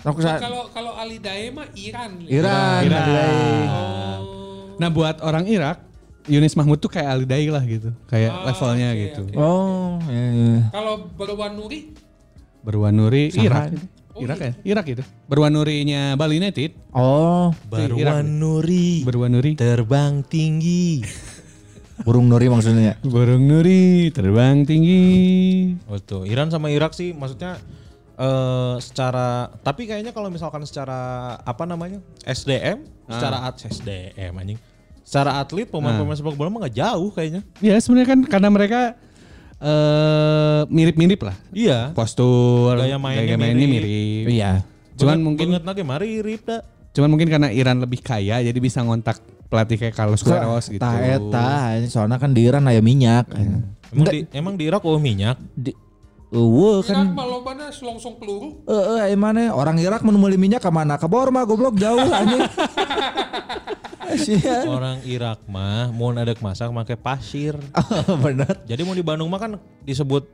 Rok Nah, sa- Kalau kalau Ali Dae mah Iran. Iya. Iran, Iran. ada aing. Oh. Nah buat orang Irak, Yunis Mahmud tuh kayak Ali Daik lah gitu, kayak Ah, levelnya oke, gitu. oke. Oh, iya, iya. Kalau Berwan Nuri Berwan Nuri Sama Irak, aja. Oh, Irak iya. ya, Irak gitu. Berwan Nurinya Bali United, Oh, Irak. Barwan Nuri Berwan Nuri. terbang tinggi. burung nuri maksudnya. Burung Nuri terbang tinggi. Oh tuh, Iran sama Irak sih maksudnya eh secara tapi kayaknya kalau misalkan secara apa namanya? SDM, secara at SDM anjing. Secara atlet pemain-pemain sepak bola mah nggak jauh kayaknya. Ya sebenarnya kan karena mereka eh, mirip-mirip lah. Iya. Postur, Gaya mainnya mainnya mirip. mirip. Iya. Cuman mungkin banget lagi mari rip dah. cuman mungkin karena Iran lebih kaya jadi bisa ngontak pelatih kayak Carlos Queiroz gitu. Ta eta, eh, soalnya kan di Iran aya minyak. Emang di, emang di Irak oh minyak. Di Eueuh Irak kan mah lobana selongsong peluru. Heeh, aya mana orang Irak menemui minyak ke mana? Ke Bor mah goblok jauh anjing. Sia. Orang Irak mah mau ada masak pakai pasir. Oh, benar. Jadi mau di Bandung mah kan disebut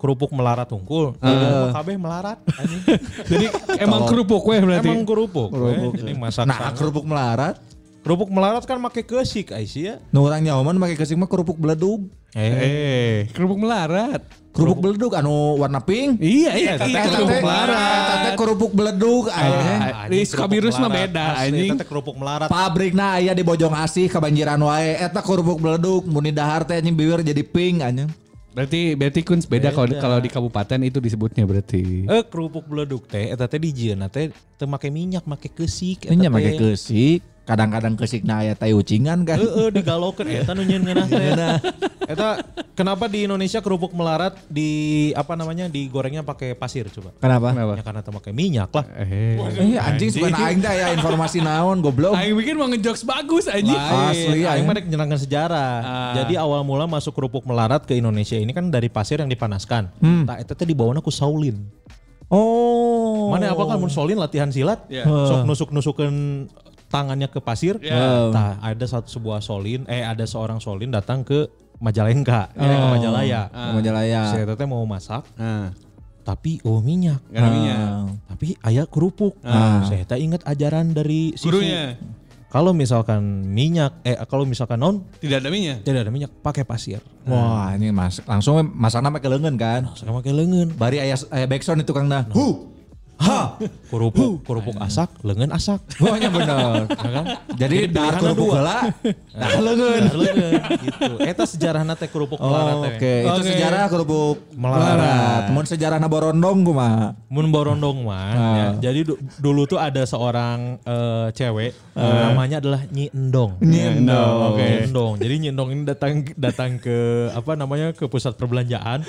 kerupuk melarat tungkul. Di Irak mah kabeh melarat anjing. jadi emang kerupuk weh berarti. Emang kerupuk. we. Kerupuk. Jadi masak Nah, sangat. kerupuk melarat, kerupuk melarat kan pakai kesik ya. Aisyah. nu urang nyaman make kesing mah kerupuk beledug. Eh, Eh, kerupuk melarat. Kerupuk beledug anu warna pink. Iya, iya, Eta teh iya, Eta kerupuk teh- eta teh kerupuk beledug aya. eh, Ah, di Sukabirus mah beda, anjing. Tete Ah, kerupuk melarat. Pabrikna aya nah, iya di Bojong Asih kebanjiran wae eta kerupuk beledug muni dahar teh anjing bibir jadi pink anjing. Berarti berarti Kunz beda kalau Beda. kalau di kabupaten itu disebutnya berarti. Eh kerupuk beleduk teh eta teh dijieuna teh teu make minyak, make kesik eta Ini teh. make kesik, kadang-kadang kesik na aya tai ucingan kan. Heeh digalokeun eta nu nyeun ngeunah teh. Eta kenapa di Indonesia kerupuk melarat di apa namanya digorengnya pakai pasir coba? Kenapa? Ya karena teu make minyak lah. Eh. Eh, anjing suka aing teh ya informasi naon goblok. Aing bikin mau ngejokes bagus anjing. Asli, aing Ah. aing. mah rek nyenangkan sejarah. Jadi awal mula masuk kerupuk melarat ke Indonesia ini kan dari pasir yang dipanaskan. Tak eta teh dibawanya ku Shaolin. Oh. Mana apa kan mun Shaolin latihan silat, Ya. sok nusuk-nusukeun tangannya ke pasir. Tah, ada satu sebuah Shaolin, eh ada seorang Shaolin datang ke Majalengka, ya, ke Majalaya. Iya, Oh. Majalaya. Si eta teh mau masak, Nah, tapi oh minyak. karena minyak. Tapi ayah kerupuk. Ya. Ah. Saya tak ingat ajaran dari Sifu. Gurunya. Kalau misalkan minyak, eh kalau misalkan non Tidak ada minyak. tidak ada minyak, pakai pasir. Wah, ini mas langsung masakna make leungeun kan. Sama pakai lengan. Bari aya aya backsound itu Kang Nah. Huh. Ha. Kerupuk, kerupuk asak, lengan asak. Wah, nya bener. ya kan? Jadi dahar pilihanna kerupuk dua. heula, dahar leungeun. Nah, leungeun, gitu. Eta sejarahna teh kerupuk melarat Oh, teh. Oke, itu sejarah kerupuk Melarat. melarat. Mun sejarahna borondong kumaha? Mun Borondong mah, ya. jadi du- dulu tuh ada seorang eh, cewek namanya adalah Nyi Endong. Nyi Endong, Nyi Endong. Jadi Nyi Endong ini datang datang ke apa namanya ke pusat perbelanjaan,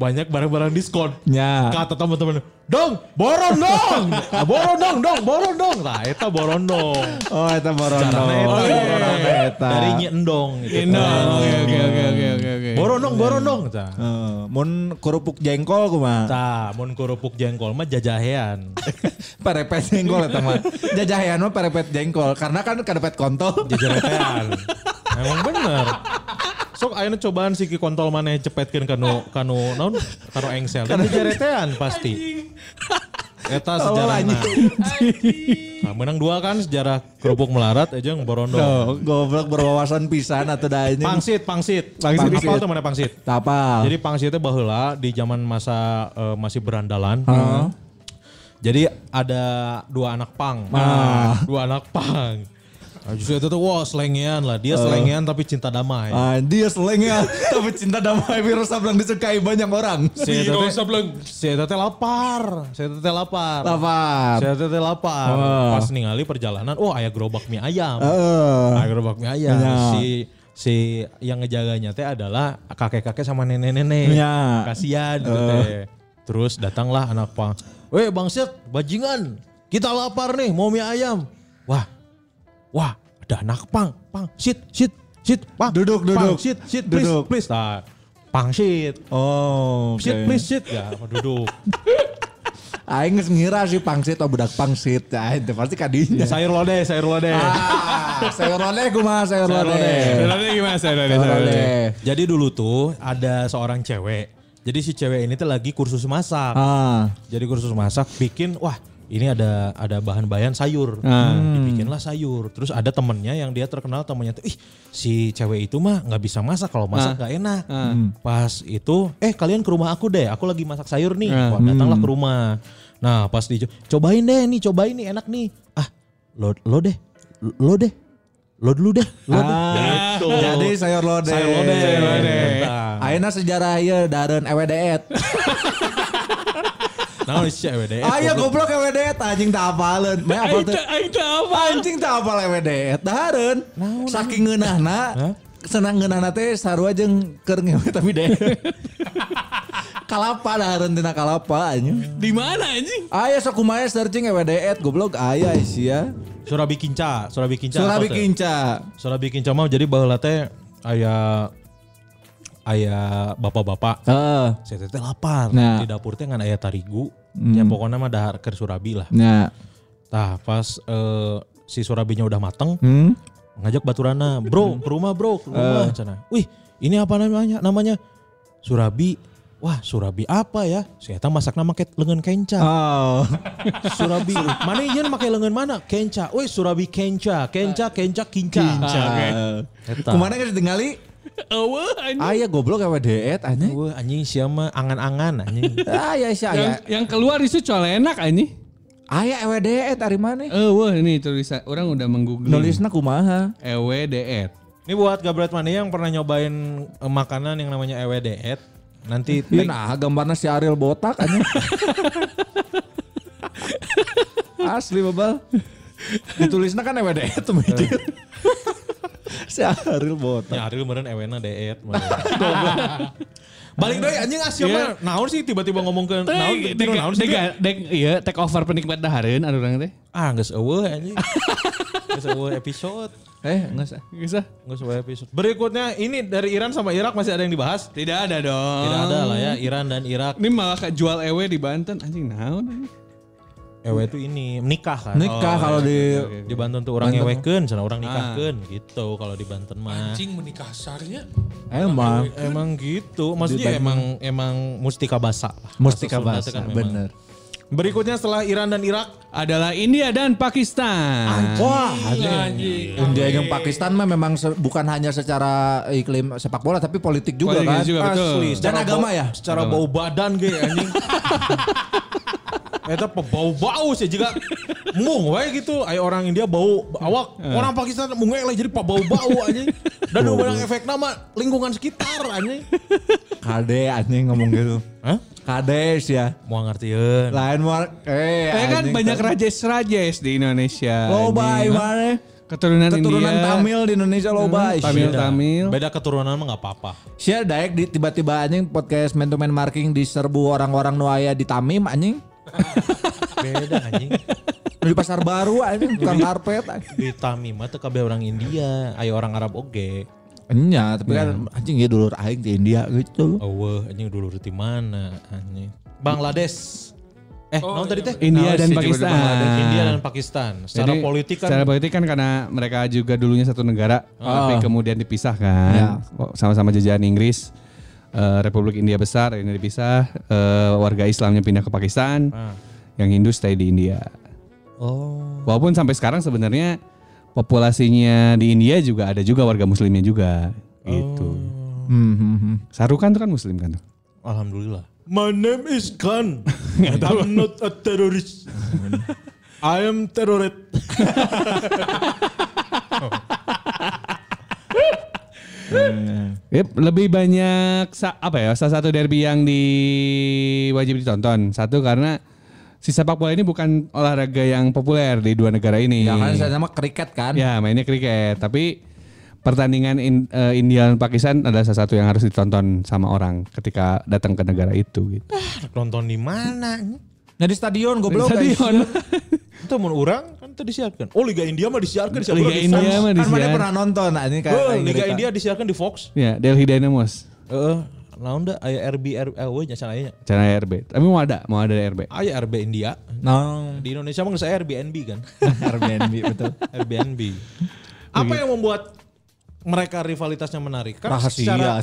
banyak barang-barang diskon. Nya. Kata teman-teman, dong, borondong, Ah, borondong, dong, borondong. Nah, itu borondong. Oh, eta borondong. Nah, eta Borondong eta. Dari Nyi Endong. Gitu. Oke oke oke oke oke oke. Borondong, borondong. Tah. Heeh, Eh, mun kerupuk jengkol kumaha? Tah, mun kerupuk jengkol mah jajahean. Perepet jengkol eta mah. Jajahean mah perepet jengkol karena kan kadepet kontol. jejeretean. Emang bener. Sok ayeuna cobaan si Ki kontol maneh cepetkeun kanu kanu naon? Kanu engsel. Kan jejeretean pasti. Eta sejarahna. Nah, menang dua kan sejarah kerupuk melarat eh, aja yang borondong. Oh, goblok berwawasan pisan atau da anjing. Pangsit, pangsit. Pangsit. Ah. Apal tuh mana pangsit? Tapal. Jadi pangsitnya baheula di zaman masa eh, masih berandalan. Ah. Ah. Jadi ada dua anak pang. Nah, dua anak pang. Ah, Justru itu tuh wah selengean lah. Eh. Dia selengean tapi cinta damai. Ah, dia selengnya tapi cinta damai Wirsa bilang disukai banyak orang. Si Di Eta teh- Rosa Blanc. si Eta teh lapar. Si Eta teh lapar. Si Lapar. Eta teh lapar. Ah. Pas ningali perjalanan, oh ayah gerobak mie ayam. Heeh. Ayah gerobak mie ayam. Iya. Si si yang ngejaganya teh adalah kakek-kakek sama nenek-nenek. Iya. Kasihan gitu Eh. teh. Terus datanglah anak pang. Weh Bang Set, bajingan. Kita lapar nih, mau mie ayam. Wah. Wah, ada anak pang. Pang, sit, sit, sit, pang. Duduk, duduk. Pang, sit, sit, please, Duduk. please. Nah, pang, sit. Oh, Sit, oke. please, sit. Ya, duduk. Aing geus ngira sih pangsit atau budak pangsit. Ah, itu pasti kadinya. Ya, Sayur lodeh, sayur lodeh. Ah, sayur lodeh kumaha sayur Sayur lodeh. lodeh. Sayur lodeh gimana sayur lodeh? Sayur sayur lodeh? lodeh. Jadi dulu tuh ada seorang cewek. Jadi si cewek ini tuh lagi kursus masak. Ah, Jadi kursus masak bikin wah ini ada ada bahan bahan sayur. Ah. Hmm. Hmm. Dibikinlah sayur. Terus ada temennya yang dia terkenal temennya tuh ih si cewek itu mah nggak bisa masak kalau Ah. masak nggak enak. Hmm. Pas itu eh kalian ke rumah aku deh. Aku lagi masak sayur nih. Ah. Wah, Hmm. datanglah ke rumah. Nah pas di cobain deh nih cobain nih enak nih. Ah lo lo deh lo deh lo dulu deh lo deh. Gitu. Ah, jadi sayur lodeh. Sayur lodeh. Sayur lodeh. Ayeuna sejarah ieu dareun ewe deet. Nah, si cewek deh. Aya Ah, iya, goblok ewe deet anjing tak apaleun. Meh apal teu? Aing teh apa? Anjing tak apal ewe deet dareun. Saking ngeunahna senang ngeunahna teh sarua jeung keur ngewe tapi deet. kalapa dareun tina kalapa anjing. Di mana anjing? Aya sok kumaha searching E ewe deet goblok aya sia. Surabi Kinca, Surabi Kinca. Surabi tau teu? kinca. Surabi Kinca mah jadi baheula teh aya aya bapak-bapak. Heeh. Saya teh teh lapar. Nah. Di dapur teh ngan aya tarigu. Ya pokoknya mah dahar ke Surabi lah. Nah, Tah pas eh, si Surabinya udah mateng, hmm? Eh. ngajak baturana, "Bro, ke rumah, Bro, ke rumah." Cenah. Wih, ini apa namanya? Namanya Surabi. Wah, Surabi apa ya? Si Eta masak nama lengan kenca. Oh. Surabi. mana ieu make lengan mana? Kenca. Woi Surabi kenca, kenca, kenca, kinca. Kinca. Eta. Kemana geus ditinggali? Awe anjing. Aya goblok E ewe deet anjing. Wah, anjing siapa angan-angan anjing. Ah ya sih Yang, aya. yang keluar itu soal enak anjing. Aya E EWDE dari mana? Eh, wah ini tulisan orang udah E menggugling. Nulisna kumaha? EWDR. Ini buat Gabret Mane yang pernah nyobain eh, makanan yang namanya EWDET. Nanti Iya tag- nah gambarnya si Ariel botak aja. Asli babal. Ditulisnya kan EWDE itu mikir. si Ariel botak. Ya, Ariel meren ewena deet. meureun. Balik deh anjing asya mah. Iya, Naon sih tiba-tiba ngomong ke naon Teh, tinu dek- naon sih. dia? dek- dek- Iya, take over penikmat dahareun anu urang teh. Ah geus eueuh anjing. Geus eueuh episode. Eh enggak sih. Geus ah. Geus eueuh episode. Berikutnya ini dari Iran sama Irak masih ada yang dibahas? Tidak ada dong. Tidak ada lah ya Iran dan Irak. Ini malah kayak jual ewe di Banten anjing naon. Ewe itu ini nikah kan. Nikah kalau di Di Banten tuh orang ewekeun, sana orang nikahkeun gitu kalau di Banten mah. Anjing menikah sarnya. emang Emang gitu, maksudnya emang emang mustika basa. lah. mustika bahasa Bahasa Sunda itu kan memang. bener. Berikutnya setelah Iran dan Irak, Adalah India dan Pakistan. Nah. Wah, Anjing. India dan Pakistan mah memang se- bukan hanya secara iklim sepak bola tapi politik juga Politik kan. juga, betul. asli Dan secara agama bau- ya? secara bau badan ge anjing. Eta bau bau sih juga mung wae gitu. Ayo orang India bau awak, orang Pakistan munge lah jadi bau bau anjing. Dan nu banyak efek nama lingkungan sekitar anjing. Kade anjing ngomong gitu. Hah? Kades ya. Mau ngertiin. Lain war eh Saya kan anjing. banyak rajes-rajes di Indonesia. loba anjing. mana? Keturunan, Keturunan kan India. Tamil di Indonesia loba. Hmm, Tamil. Beda. Beda keturunan mah nggak apa-apa. Sia daek di tiba-tiba anjing podcast man to man marking diserbu orang-orang nu aya di Tamim anjing. Beda anjing. Nu Di pasar baru anjing tukang karpet. anjing. Di Tamim mah teu kabeh orang India, ayo orang Arab oge. Enya, tapi kan anjing ya dulur aing di India gitu. Eueuh anjing dulu di mana anjing. Bangladesh. Eh, Oh, naon tadi teh? India Nah, dan si juga di Pakistan. Bangladesh. India dan Pakistan. Secara Jadi, politik kan Ah. secara politik kan karena mereka juga dulunya satu negara tapi kemudian dipisah kan Oh, sama-sama jajahan Inggris Eh, Republik India besar ini dipisah Eh, warga Islamnya pindah ke Pakistan Ah. yang Hindu stay di India Oh. walaupun sampai sekarang sebenarnya populasinya di India juga ada juga warga Muslimnya juga gitu Oh. Hmm, Saru kan tuh kan Muslim kan tuh Alhamdulillah. My name is Khan. I'm not a terrorist. I am terrorist. Yep, lebih banyak sa- apa ya salah satu derby yang di wajib ditonton. Satu karena si sepak bola ini bukan olahraga yang populer di dua negara ini. Ya kan saya nama kriket kan. Ya mainnya kriket, tapi pertandingan in- eh, India dan Pakistan adalah salah satu yang harus ditonton sama orang ketika datang ke negara itu. Gitu. Ah, Nonton di mana? Nah di stadion goblok guys. Itu mau orang kan itu disiarkan. Oh Liga India mah disiarkan. siapa Liga lagi? India mah di Kan mana Sian. pernah nonton nah, ini kan. Oh, aing Liga cerita. India disiarkan di Fox. Ya Delhi Dynamos, Heeh. Naon da aya RB RB eueuh nya cenah aya. channel RB. Tapi mau ada, mau ada RB. Aya RB India. Nah, Di Indonesia mah saya Airbnb kan. Airbnb betul. Airbnb. Apa yang membuat mereka rivalitasnya menarik? Kan Rahasia. secara-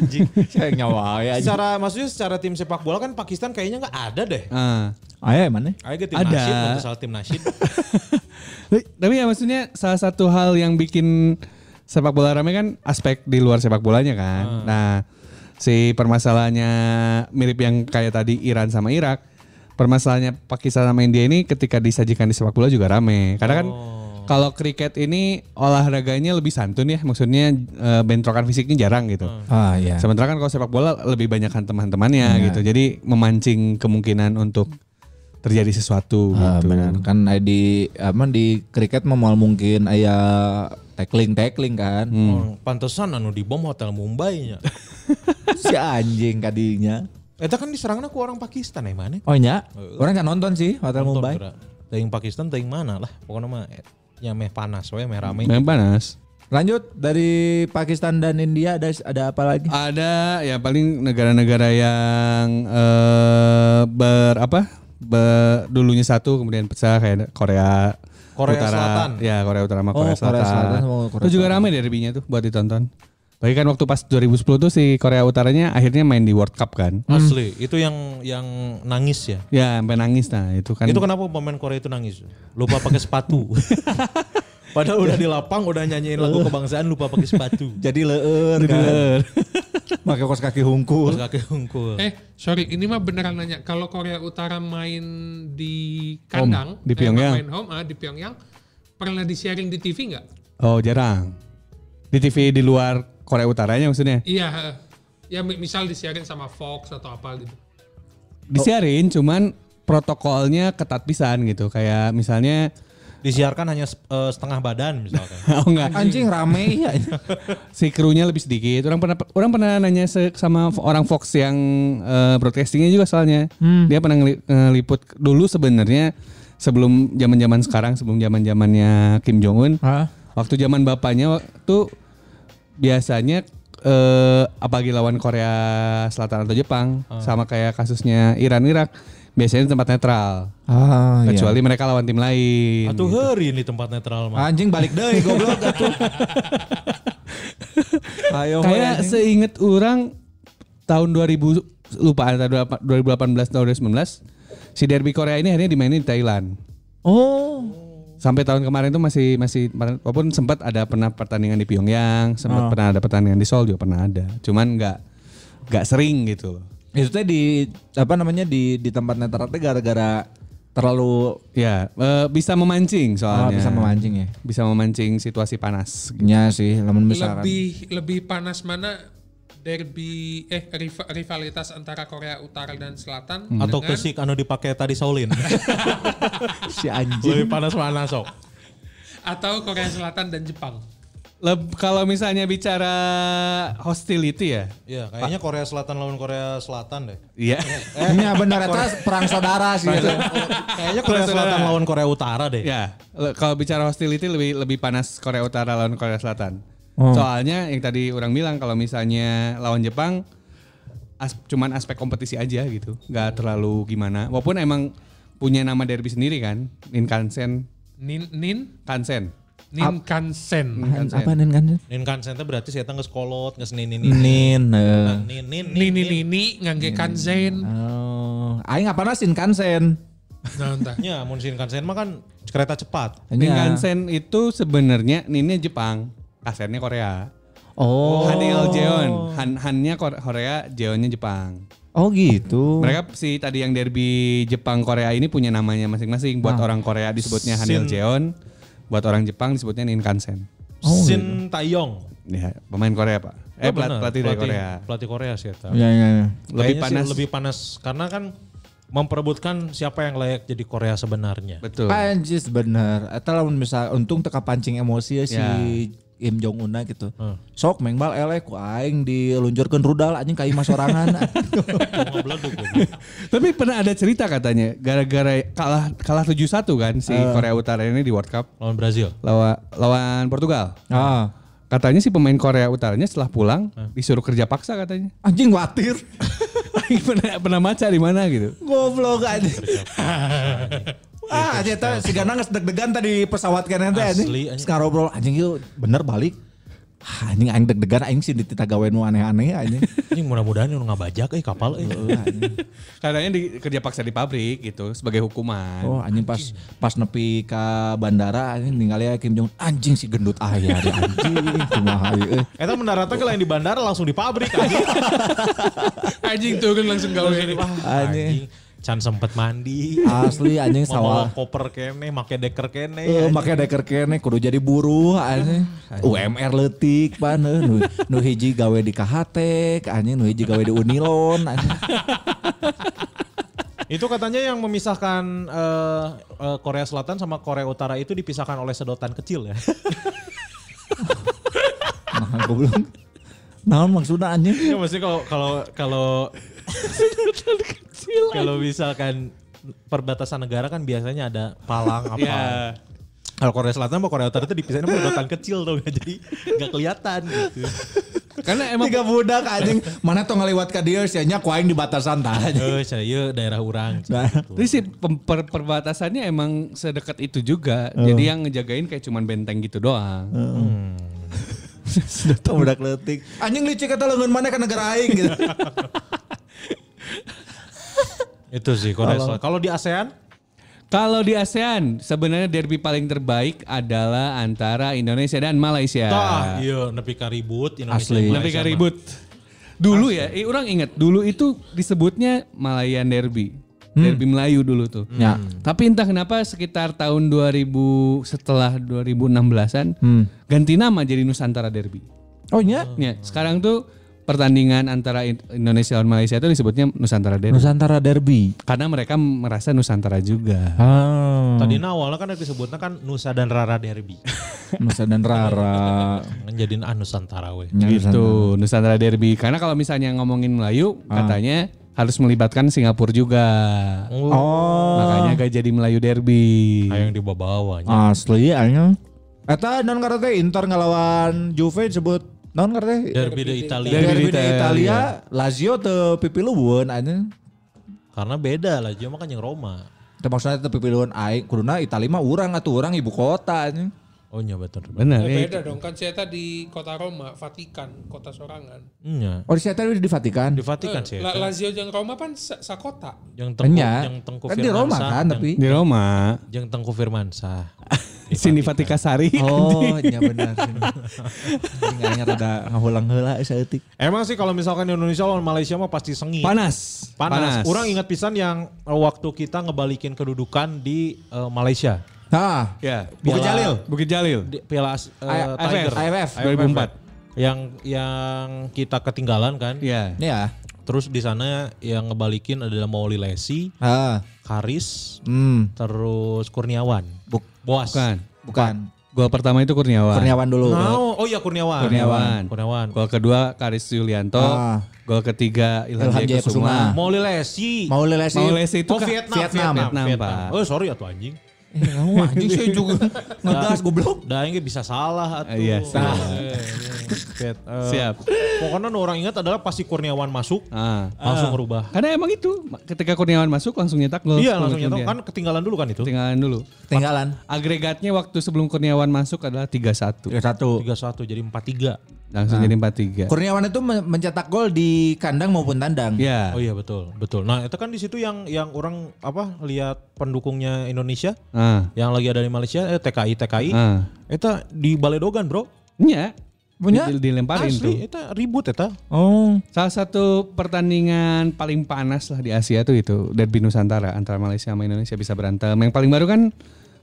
Anjing. Saya nyawa ya. secara maksudnya secara tim sepak bola kan Pakistan kayaknya nggak ada deh. Ah. Ayo iya, mana? Ayo ke tim Ada. nasyid, mau kesal tim nasyid. Eh, Tapi ya maksudnya salah satu hal yang bikin sepak bola rame kan aspek di luar sepak bolanya kan. Nah, si permasalahannya mirip yang kayak tadi Iran sama Irak. Permasalahannya Pakistan sama India ini ketika disajikan di sepak bola juga rame. Karena kan kalau kriket ini olahraganya lebih santun ya, maksudnya eh, bentrokan fisiknya jarang gitu. Ah iya. Sementara kan kalau sepak bola lebih banyakkan teman-temannya gitu. Jadi memancing kemungkinan untuk terjadi sesuatu Ah, gitu. benar kan aya di apa di kriket mah moal mungkin aya tackling tackling kan. Oh, Pantesan anu di bom hotel Mumbai nya. si anjing kadinya. Eta kan diserangna ku orang Pakistan ya mana? Oh nya, orang kan nonton sih Hotel Mumbai. Teuing Pakistan teuing mana lah. Pokoknya mah eh, nya meh panas we meh rame. Memang panas. Lanjut dari Pakistan dan India ada ada apa lagi? Ada ya paling negara-negara yang eh ber apa? Ber, dulunya satu kemudian pecah kayak ada Korea Korea Utara. Selatan. Ya Korea Utara sama Oh, Korea Korea Selatan. Selatan sama Korea Itu juga ramai derbynya tuh buat ditonton. Bagi kan waktu pas 2010 tuh si Korea Utaranya akhirnya main di World Cup kan. Asli, itu yang yang nangis ya. Ya sampai nangis nah itu kan. Itu kenapa pemain Korea itu nangis? Lupa pakai sepatu. Padahal udah di lapang udah nyanyiin lagu kebangsaan lupa pakai sepatu. Jadi leur kan. Pakai kos kaki Terus hungkul. kakek hungkul. Eh, sorry, ini mah beneran nanya. Kalau Korea Utara main di kandang, Home, di eh, Pyongyang. main home, ah, di Pyongyang, pernah di sharing di TV nggak? Oh jarang. Di TV di luar Korea Utaranya maksudnya. Iya, heeh. ya mi- misal di sharing sama Fox atau apa gitu. Disiarin cuman protokolnya ketat pisan gitu. Kayak misalnya Disiarkan hanya se- eh, setengah badan misalkan. oh enggak. Anjing rame ya. si krunya lebih sedikit. Orang pernah orang pernah nanya se- sama f- orang Fox yang eh, broadcastingnya juga soalnya Hmm. dia pernah ngeli- ngeliput dulu sebenarnya sebelum zaman zaman sekarang sebelum zaman zamannya Kim Jong Un. Hah? Waktu zaman bapaknya tuh biasanya eh apalagi lawan Korea Selatan atau Jepang sama kayak kasusnya Iran Irak biasanya di tempat netral Ah, iya. kecuali mereka lawan tim lain. Atuh hari ini tempat netral mah. Anjing balik deh goblok atuh. Ayo Kayak kayak seinget orang tahun 2000 lupa antara 2018 tahun 2019 si derby Korea ini akhirnya dimainin di Thailand. Oh. Sampai tahun kemarin tuh masih masih walaupun sempat ada pernah pertandingan di Oh. Pyongyang, sempat pernah ada pertandingan di Seoul juga pernah ada. Cuman nggak nggak sering gitu loh. Itu teh di apa namanya di di tempat netral teh gara-gara terlalu Ya, eh, bisa memancing ah, soalnya. bisa memancing ya. Bisa memancing situasi panas. Nya sih, lamun misalkan. Lebih lebih panas mana derby eh riva- rivalitas antara Korea Utara dan Selatan Atau dengan- kesik anu dipakai tadi Saulin. si anjing. Lebih panas mana sok. atau Korea Selatan dan Jepang. Leb- kalau misalnya bicara hostility ya, Iya, kayaknya Korea Selatan lawan Korea Selatan deh. iya. Ini benar atas perang saudara sih. ya. itu. Kayaknya Korea Selatan lawan Korea Utara deh. Ya, le- kalau bicara hostility lebih lebih panas Korea Utara lawan Korea Selatan. Soalnya yang tadi orang bilang kalau misalnya lawan Jepang as- cuman aspek kompetisi aja gitu, nggak terlalu gimana. Walaupun emang punya nama derby sendiri kan, Ninkansen, Nin Nin Kansen. Nin Kansen. Apaan- Apaan nin kan? Nin Kansen teh berarti saya tangges kolot, nges ninin Nin. eh. Nin nin Nini Nini ngangge Kansen. Oh, aing apa nasin kansen? Nah, entah. Ya, mun Shinkansen mah kan kereta cepat. Iya. kan, Ninkansen itu sebenarnya Ninnya Jepang, Kansennya Korea. Oh, Hanil Jeon, Han Hannya Kor- Korea, Jeonnya Jepang. oh gitu. Mereka si tadi yang derby Jepang Korea ini punya namanya masing-masing. Buat orang Korea disebutnya Nah. Hanil Sin- Jeon, buat orang Jepang disebutnya Ninkansen. Oh, iya. Shin Taeyong. Ya, pemain Korea pak. Iya. Eh Oh, pelat- bener, pelatih dari Korea. Hmm. Pelatih Korea sih Eta. Iya, iya, iya. Lebih Kayaknya sih panas. lebih panas karena kan memperebutkan siapa yang layak jadi Korea sebenarnya. Betul. Pancis bener. Eta lamun misal untung teka pancing emosi si Ya. Im Jong Un gitu. Sok mengbal elek ku aing diluncurkeun rudal anjing ka imah sorangan. Mau beleduk gitu. Tapi pernah ada cerita katanya gara-gara kalah kalah 7-1 kan si Eh. Korea Utara ini di World Cup lawan Brazil. lawan lawan Portugal. ah. Katanya si pemain Korea Utaranya setelah pulang Eh. disuruh kerja paksa katanya. Anjing watir. pernah pernah maca di mana gitu. Goblok anjing. Ah, anjing eta si Ganang geus deg-degan tadi pesawat kan teh anjing. Asli, anjing. Sekarang ngobrol anjing ieu bener balik. Ah, anjing aing deg-degan aing sih ditita gawean nu aneh-aneh anjing. Ini mudah-mudahan nu ngabajak eh kapal eh. Iya. Katanya di, kerja paksa di pabrik gitu sebagai hukuman. Oh anjing pas pas nepi ke bandara anjing ninggalnya Kim Jong Un, anjing si gendut ah ya ada anjing eh. kumaha ieu euy. Eta mendaratnya ke lain di bandara langsung di pabrik anjing. Anjing turun langsung gawe. Wah, anjing. Can sempet mandi. Asli anjing Mau sawah. bawa koper kene, make deker kene. Iya, Eh, anjing. makanya deker kene kudu jadi buruh anjing. UMR leutik paneuh nu, nu hiji gawe di KHT, anjing nu hiji gawe di Unilon anjing. Itu katanya yang memisahkan eh, eh, Korea Selatan sama Korea Utara itu dipisahkan oleh sedotan kecil ya. Nah, goblok. Naon maksudnya anjing? ya maksudnya kalau kalau kalau kalau misalkan perbatasan negara kan biasanya ada palang apa. Kalau Korea Selatan sama Korea Utara itu dipisahin sama sedotan kecil dong, jadi nggak kelihatan gitu. Karena emang Tiga budak anjing, mana tong ngaliwat ka dieu sia nya ku aing di batasan tah anjing. Eh, cenah ieu daerah urang. Nah. cenah gitu. Jadi sih pem- per- perbatasannya emang sedekat itu juga. Jadi yang ngejagain kayak cuman benteng gitu doang. Sudah tau budak letik. Anjing licik kata lengan mana ke negara aing gitu. Itu sih Korea Selatan. Kalau di ASEAN, Kalau di ASEAN sebenarnya derby paling terbaik adalah antara Indonesia dan Malaysia. tah, iya nepi ka ribut Indonesia. Asli. Malaysia Lebih ke mah. ribut. Dulu ya, eh, orang ingat dulu itu disebutnya Malayan Derby. Derby Melayu dulu tuh. Ya. Tapi entah kenapa sekitar tahun 2000 setelah 2016-an ganti nama jadi Nusantara Derby. Oh nya? Ya, sekarang tuh pertandingan antara In- Indonesia dan Malaysia itu disebutnya Nusantara Derby. Nusantara Derby. Karena mereka merasa Nusantara juga. Ah, Tadi na awalnya kan disebutnya kan Nusa dan Rara Derby. Nusa dan Rara. Ngejadiin ah Nusantara we. Iya, Gitu, Nusantara Derby. Karena kalau misalnya ngomongin Melayu, katanya harus melibatkan Singapura juga. Oh, Makanya gak jadi Melayu Derby. Ayo yang dibawa-bawa. nya. asli anjing. Eta non karate Inter ngelawan Juve disebut non karate. Derby de Italia. Derby di Italia, Lazio teu pipi luweun anjing. Karena beda lah, cuma kan yang Roma. Teu maksudna teu pipi luweun aing, kuduna Italia mah urang atuh urang ibu kota anjing. Oh iya betul. betul. Nah, Benar. Ya, ya. beda gitu. dong kan saya tadi kota Roma, Vatikan, kota sorangan. Iya. Oh, di Seattle di Vatikan. Di Vatikan Iya, sih. La, Lazio jeung Roma pan sa- sakota. Yang tengku, Enya. yang tengku Kan di Roma Firmansyah, kan yang- tapi. Eh, Di Roma. Yang tengku Firmansyah. Sini Vatika Sari. Oh, iya benar. Ingatnya rada ngahulang heula saeutik. Emang sih kalau misalkan di Indonesia lawan Malaysia mah pasti sengit. Panas. Panas. Orang ingat pisan yang eh, waktu kita ngebalikin kedudukan di eh, Malaysia. Nah, Ya. Bukit Piala- Jalil. Bukit Jalil. Di, Piala As- eh, I- Tiger. IFF. 2004. ya. Yang yang kita ketinggalan kan. Ya. ini ya. Terus di sana yang ngebalikin adalah Mauli Lesi, Ah, Karis, hmm, terus Kurniawan. Buk- Boas. bukan. Gol pertama itu Kurniawan. Kurniawan dulu. Nao. Oh iya Kurniawan. Kurniawan. Kurniawan. Gol kedua Karis Yulianto. Ah. Gol ketiga Ilham, Ilham Jaya Jaya Kusuma. Kusuma. Mau Lesi. Mau lelesi. Mau Lesi itu Oh, kan- Vietnam, Vietnam. Vietnam, Pak. Oh sorry atuh anjing. Eh, kamu anjing sih juga ngegas goblok. Dah ini bisa salah atuh. Iya, Nah, salah. Eh, Viet- eh, Siap. Pokoknya nu orang ingat adalah pasti Kurniawan masuk, Ah. langsung merubah. Karena emang itu ketika Kurniawan masuk langsung nyetak gol. Iya Gol langsung nyetok kemudian. kan ketinggalan dulu kan itu. Tinggalan dulu. Tinggalan. Agregatnya waktu sebelum Kurniawan masuk adalah Iya. Ya, 3-1. 3-1. 3-1 jadi 4-3. Langsung jadi 4-3. Kurniawan itu men- mencetak gol di kandang maupun tandang. Ya. Oh iya betul, betul. Nah, itu kan di situ yang yang orang apa lihat pendukungnya Indonesia Ah. yang lagi ada di Malaysia eh, TKI TKI. Ah. Itu di Baledogan, Bro. Iya. Punya? Di- Dilemparin tuh. Asli, itu ribut eta. Oh. Salah satu pertandingan paling panas lah di Asia tuh itu Derby Nusantara antara Malaysia sama Indonesia bisa berantem. Yang paling baru kan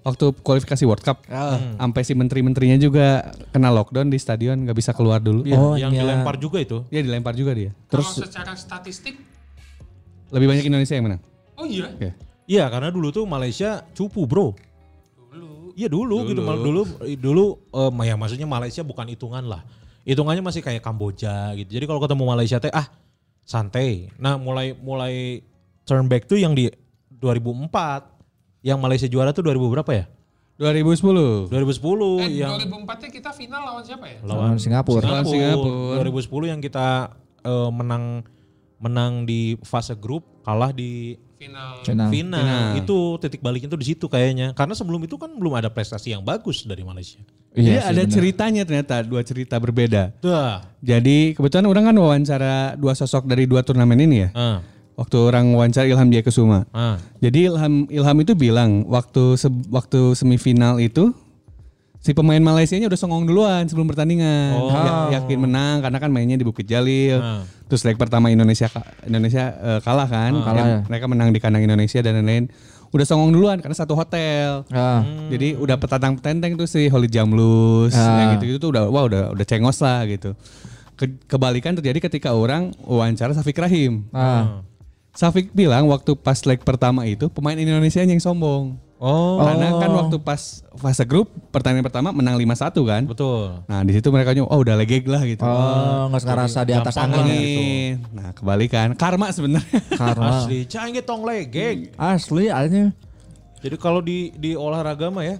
waktu kualifikasi World Cup sampai si menteri-menterinya juga kena lockdown di stadion nggak bisa keluar dulu. Iya, Oh, yang iya. dilempar juga itu. Dia dilempar juga dia. Kalau secara statistik, Lebih banyak Indonesia yang menang. oh iya. Iya. Iya, karena dulu tuh Malaysia cupu, Bro. Dulu. Iya, dulu, gitu. Mal- Dulu dulu eh, ya maksudnya Malaysia bukan hitungan lah. Hitungannya masih kayak Kamboja gitu. Jadi kalau ketemu Malaysia teh ah santai. Nah, mulai mulai turn back tuh yang di 2004 yang Malaysia juara tuh 2000 berapa ya? 2010. 2010 Eh, yang 2004-nya kita final lawan siapa ya? Lawan Singapura. Lawan Singapura. 2010 yang kita eh, menang menang di fase grup, kalah di Final. Nah, Final. final. Final. Itu titik baliknya tuh di situ kayaknya. Karena sebelum itu kan belum ada prestasi yang bagus dari Malaysia. Jadi Iya sih, ada benar. ceritanya ternyata dua cerita berbeda. Dah. Jadi kebetulan orang kan wawancara dua sosok dari dua turnamen ini ya. Ah, Waktu orang wawancara Ilham Jaya Kusuma. ah. Jadi Ilham Ilham itu bilang waktu se- waktu semifinal itu si pemain Malaysia-nya udah songong duluan sebelum pertandingan. Ya- yakin menang karena kan mainnya di Bukit Jalil. Ah. Terus leg pertama Indonesia ka- Indonesia eh, kalah kan. Kalah Ya, ya. Mereka menang di kandang Indonesia dan lain-lain. Udah songong duluan karena satu hotel. Ah. Jadi udah petatang petenteng tuh si Holly Jamlus yang gitu-gitu tuh udah wah udah udah cengos lah gitu. Ke- kebalikan terjadi ketika orang wawancara Safik Rahim. Ah. Safik Hmm. bilang waktu pas leg pertama itu pemain Indonesia yang sombong. Oh, Karena kan waktu pas fase grup pertandingan pertama menang 5-1 kan. betul. Nah, di situ mereka nyom, oh udah legeg lah gitu. Oh, nggak ngerasa di atas Ah. angin. Gampang lah. ya. Angin. Nah, kebalikan. Karma sebenarnya. Karena Asli, canggih tong legeng. asli aja. Jadi kalau di di olahraga mah ya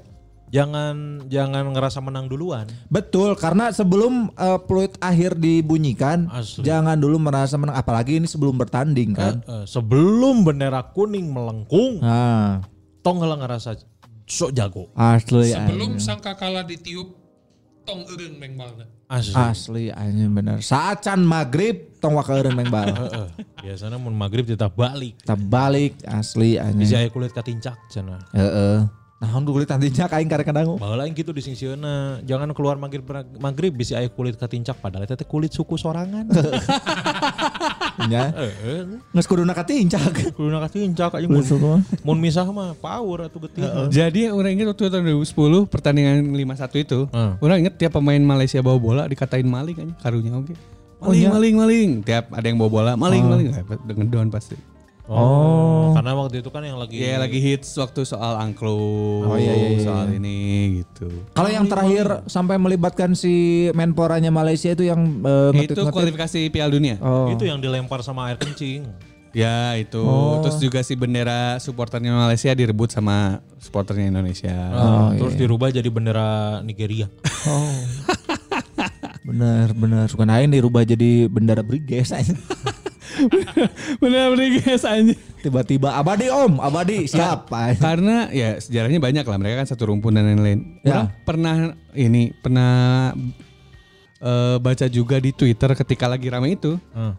jangan jangan ngerasa menang duluan. Betul, karena sebelum eh, peluit akhir dibunyikan, Asli. jangan dulu merasa menang. Apalagi ini sebelum bertanding kan. Eh, sebelum bendera kuning melengkung, Nah, tong heula ngerasa sok jago. asli Sebelum aja. sangka kalah ditiup, tong ereung meng balna. Asli. Asli aja bener. Saat can maghrib, tong wakeureun meng bal. Heeh. Biasanya mun maghrib kita balik. Kita balik asli aja. Bisa aya kulit katincak cenah. Heeh. Nah, hon kulit tadinya kain kadang-kadang. Bahwa lain gitu di singsiona. Jangan keluar maghrib maghrib bisa aya kulit katincak padahal itu teh kulit suku sorangan. Ya. Heeh. Nges kuduna katincak. Kuluna katincak aja mun, Kulit suku. mun misah mah power atuh getih. Jadi orang inget waktu tahun 2010 pertandingan 5-1 itu, Hmm. orang inget tiap pemain Malaysia bawa bola dikatain maling aja, karunya oke. Maling, maling, maling. Tiap ada yang bawa bola, maling, Hmm. maling. Nah, Dengan down pasti. Oh. Karena waktu itu kan yang lagi Iya lagi hits waktu soal angklung, Oh, iya, soal ini gitu. Kalau yang terakhir sampai melibatkan si Menporanya Malaysia itu yang eh, Itu ngetweet-ngetweet. kualifikasi Piala Dunia. Oh. itu yang dilempar sama air kencing. Ya itu. Terus juga si bendera supporternya Malaysia direbut sama supporternya Indonesia. Nah, terus dirubah jadi bendera Nigeria. Oh. benar benar suka naik dirubah jadi bendera Briges aja. Bener bener guys anjing. Tiba-tiba abadi om, abadi siap. aja. Karena ya sejarahnya banyak lah mereka kan satu rumpun dan lain-lain. Ya. Orang pernah ini pernah eh, baca juga di Twitter ketika lagi rame itu. Hmm.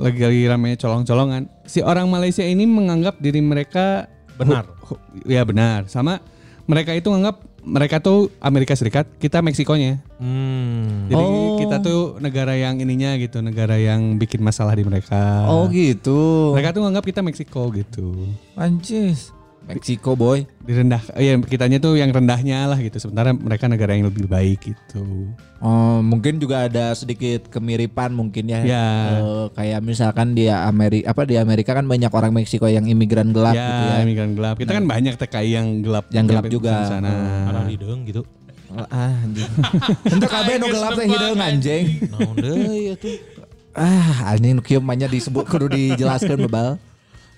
Lagi lagi ramenya colong-colongan. Si orang Malaysia ini menganggap diri mereka Benar. Hu- hu- Ya benar. Sama mereka itu menganggap mereka tuh Amerika Serikat, kita Meksikonya. Hmm. Jadi Oh. kita tuh negara yang ininya gitu, negara yang bikin masalah di mereka. Oh gitu. Mereka tuh nganggap kita Meksiko gitu. Anjis. Meksiko boy. Direndah ya kitanya tuh yang rendahnya lah gitu. Sementara mereka negara yang lebih baik gitu. Oh, mungkin juga ada sedikit kemiripan mungkin ya. Ya. Eh, kayak misalkan dia Amerika apa di Amerika kan banyak orang Meksiko yang imigran gelap ya, gitu ya. imigran gelap. Kita kan banyak TKI yang gelap Yang gelap nyampe juga. Nah, ke sana. Karena di deung gitu. Ah, anjing. Untuk kabeh nu gelap teh hideung anjing. Naon deui atuh. Ah, anjing nu kieu mah nya disebut kudu dijelaskan bebal.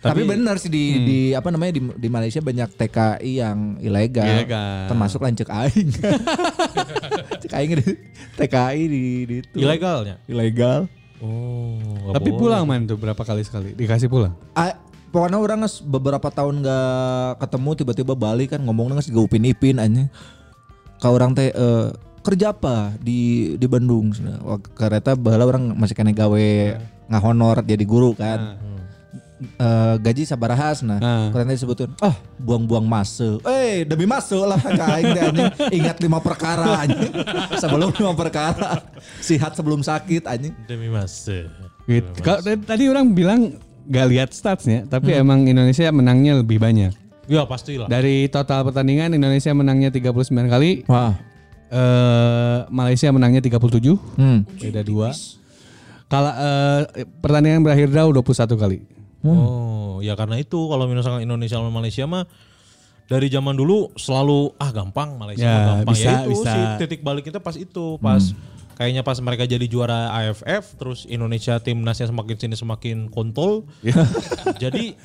Tapi, benar sih di, di apa namanya di, di Malaysia banyak TKI yang ilegal, Ilegal. termasuk lancek aing. Cek aing di TKI di, di itu. Ilegalnya. ilegal. Oh. nggak Tapi gitu. boleh. pulang man tuh berapa kali sekali dikasih pulang. Ah, pokoknya orang nges beberapa tahun gak ketemu tiba-tiba balik kan ngomongnya nges gaupin ipin aja. Kau orang teh eh, kerja apa di di Bandung? Sana. Wah, Kareta bahala orang masih kena gawe ngahonor jadi guru kan. Eh, gaji sabarahas nah Ah. karena disebutin ah buang-buang mase eh demi mase lah kain ingat lima perkara anjing sebelum lima perkara sihat sebelum sakit anjing Demi mas. Gitu. Hmm. Kalau tadi- tadi orang bilang gak lihat statsnya, tapi emang Indonesia menangnya lebih banyak. Ya pastilah. Dari total pertandingan Indonesia menangnya 39 kali, Wah. eh Malaysia menangnya 37, Hmm. beda 2. Kala eh, pertandingan berakhir draw 21 kali. Hmm. Oh, ya karena itu kalau misalkan Indonesia sama Malaysia mah dari zaman dulu selalu ah gampang Malaysia Ya, mah gampang bisa, ya itu bisa. Hmm. sih titik balik kita pas itu pas kayaknya pas mereka jadi juara AFF terus Indonesia timnasnya semakin sini semakin kontol. Ya. jadi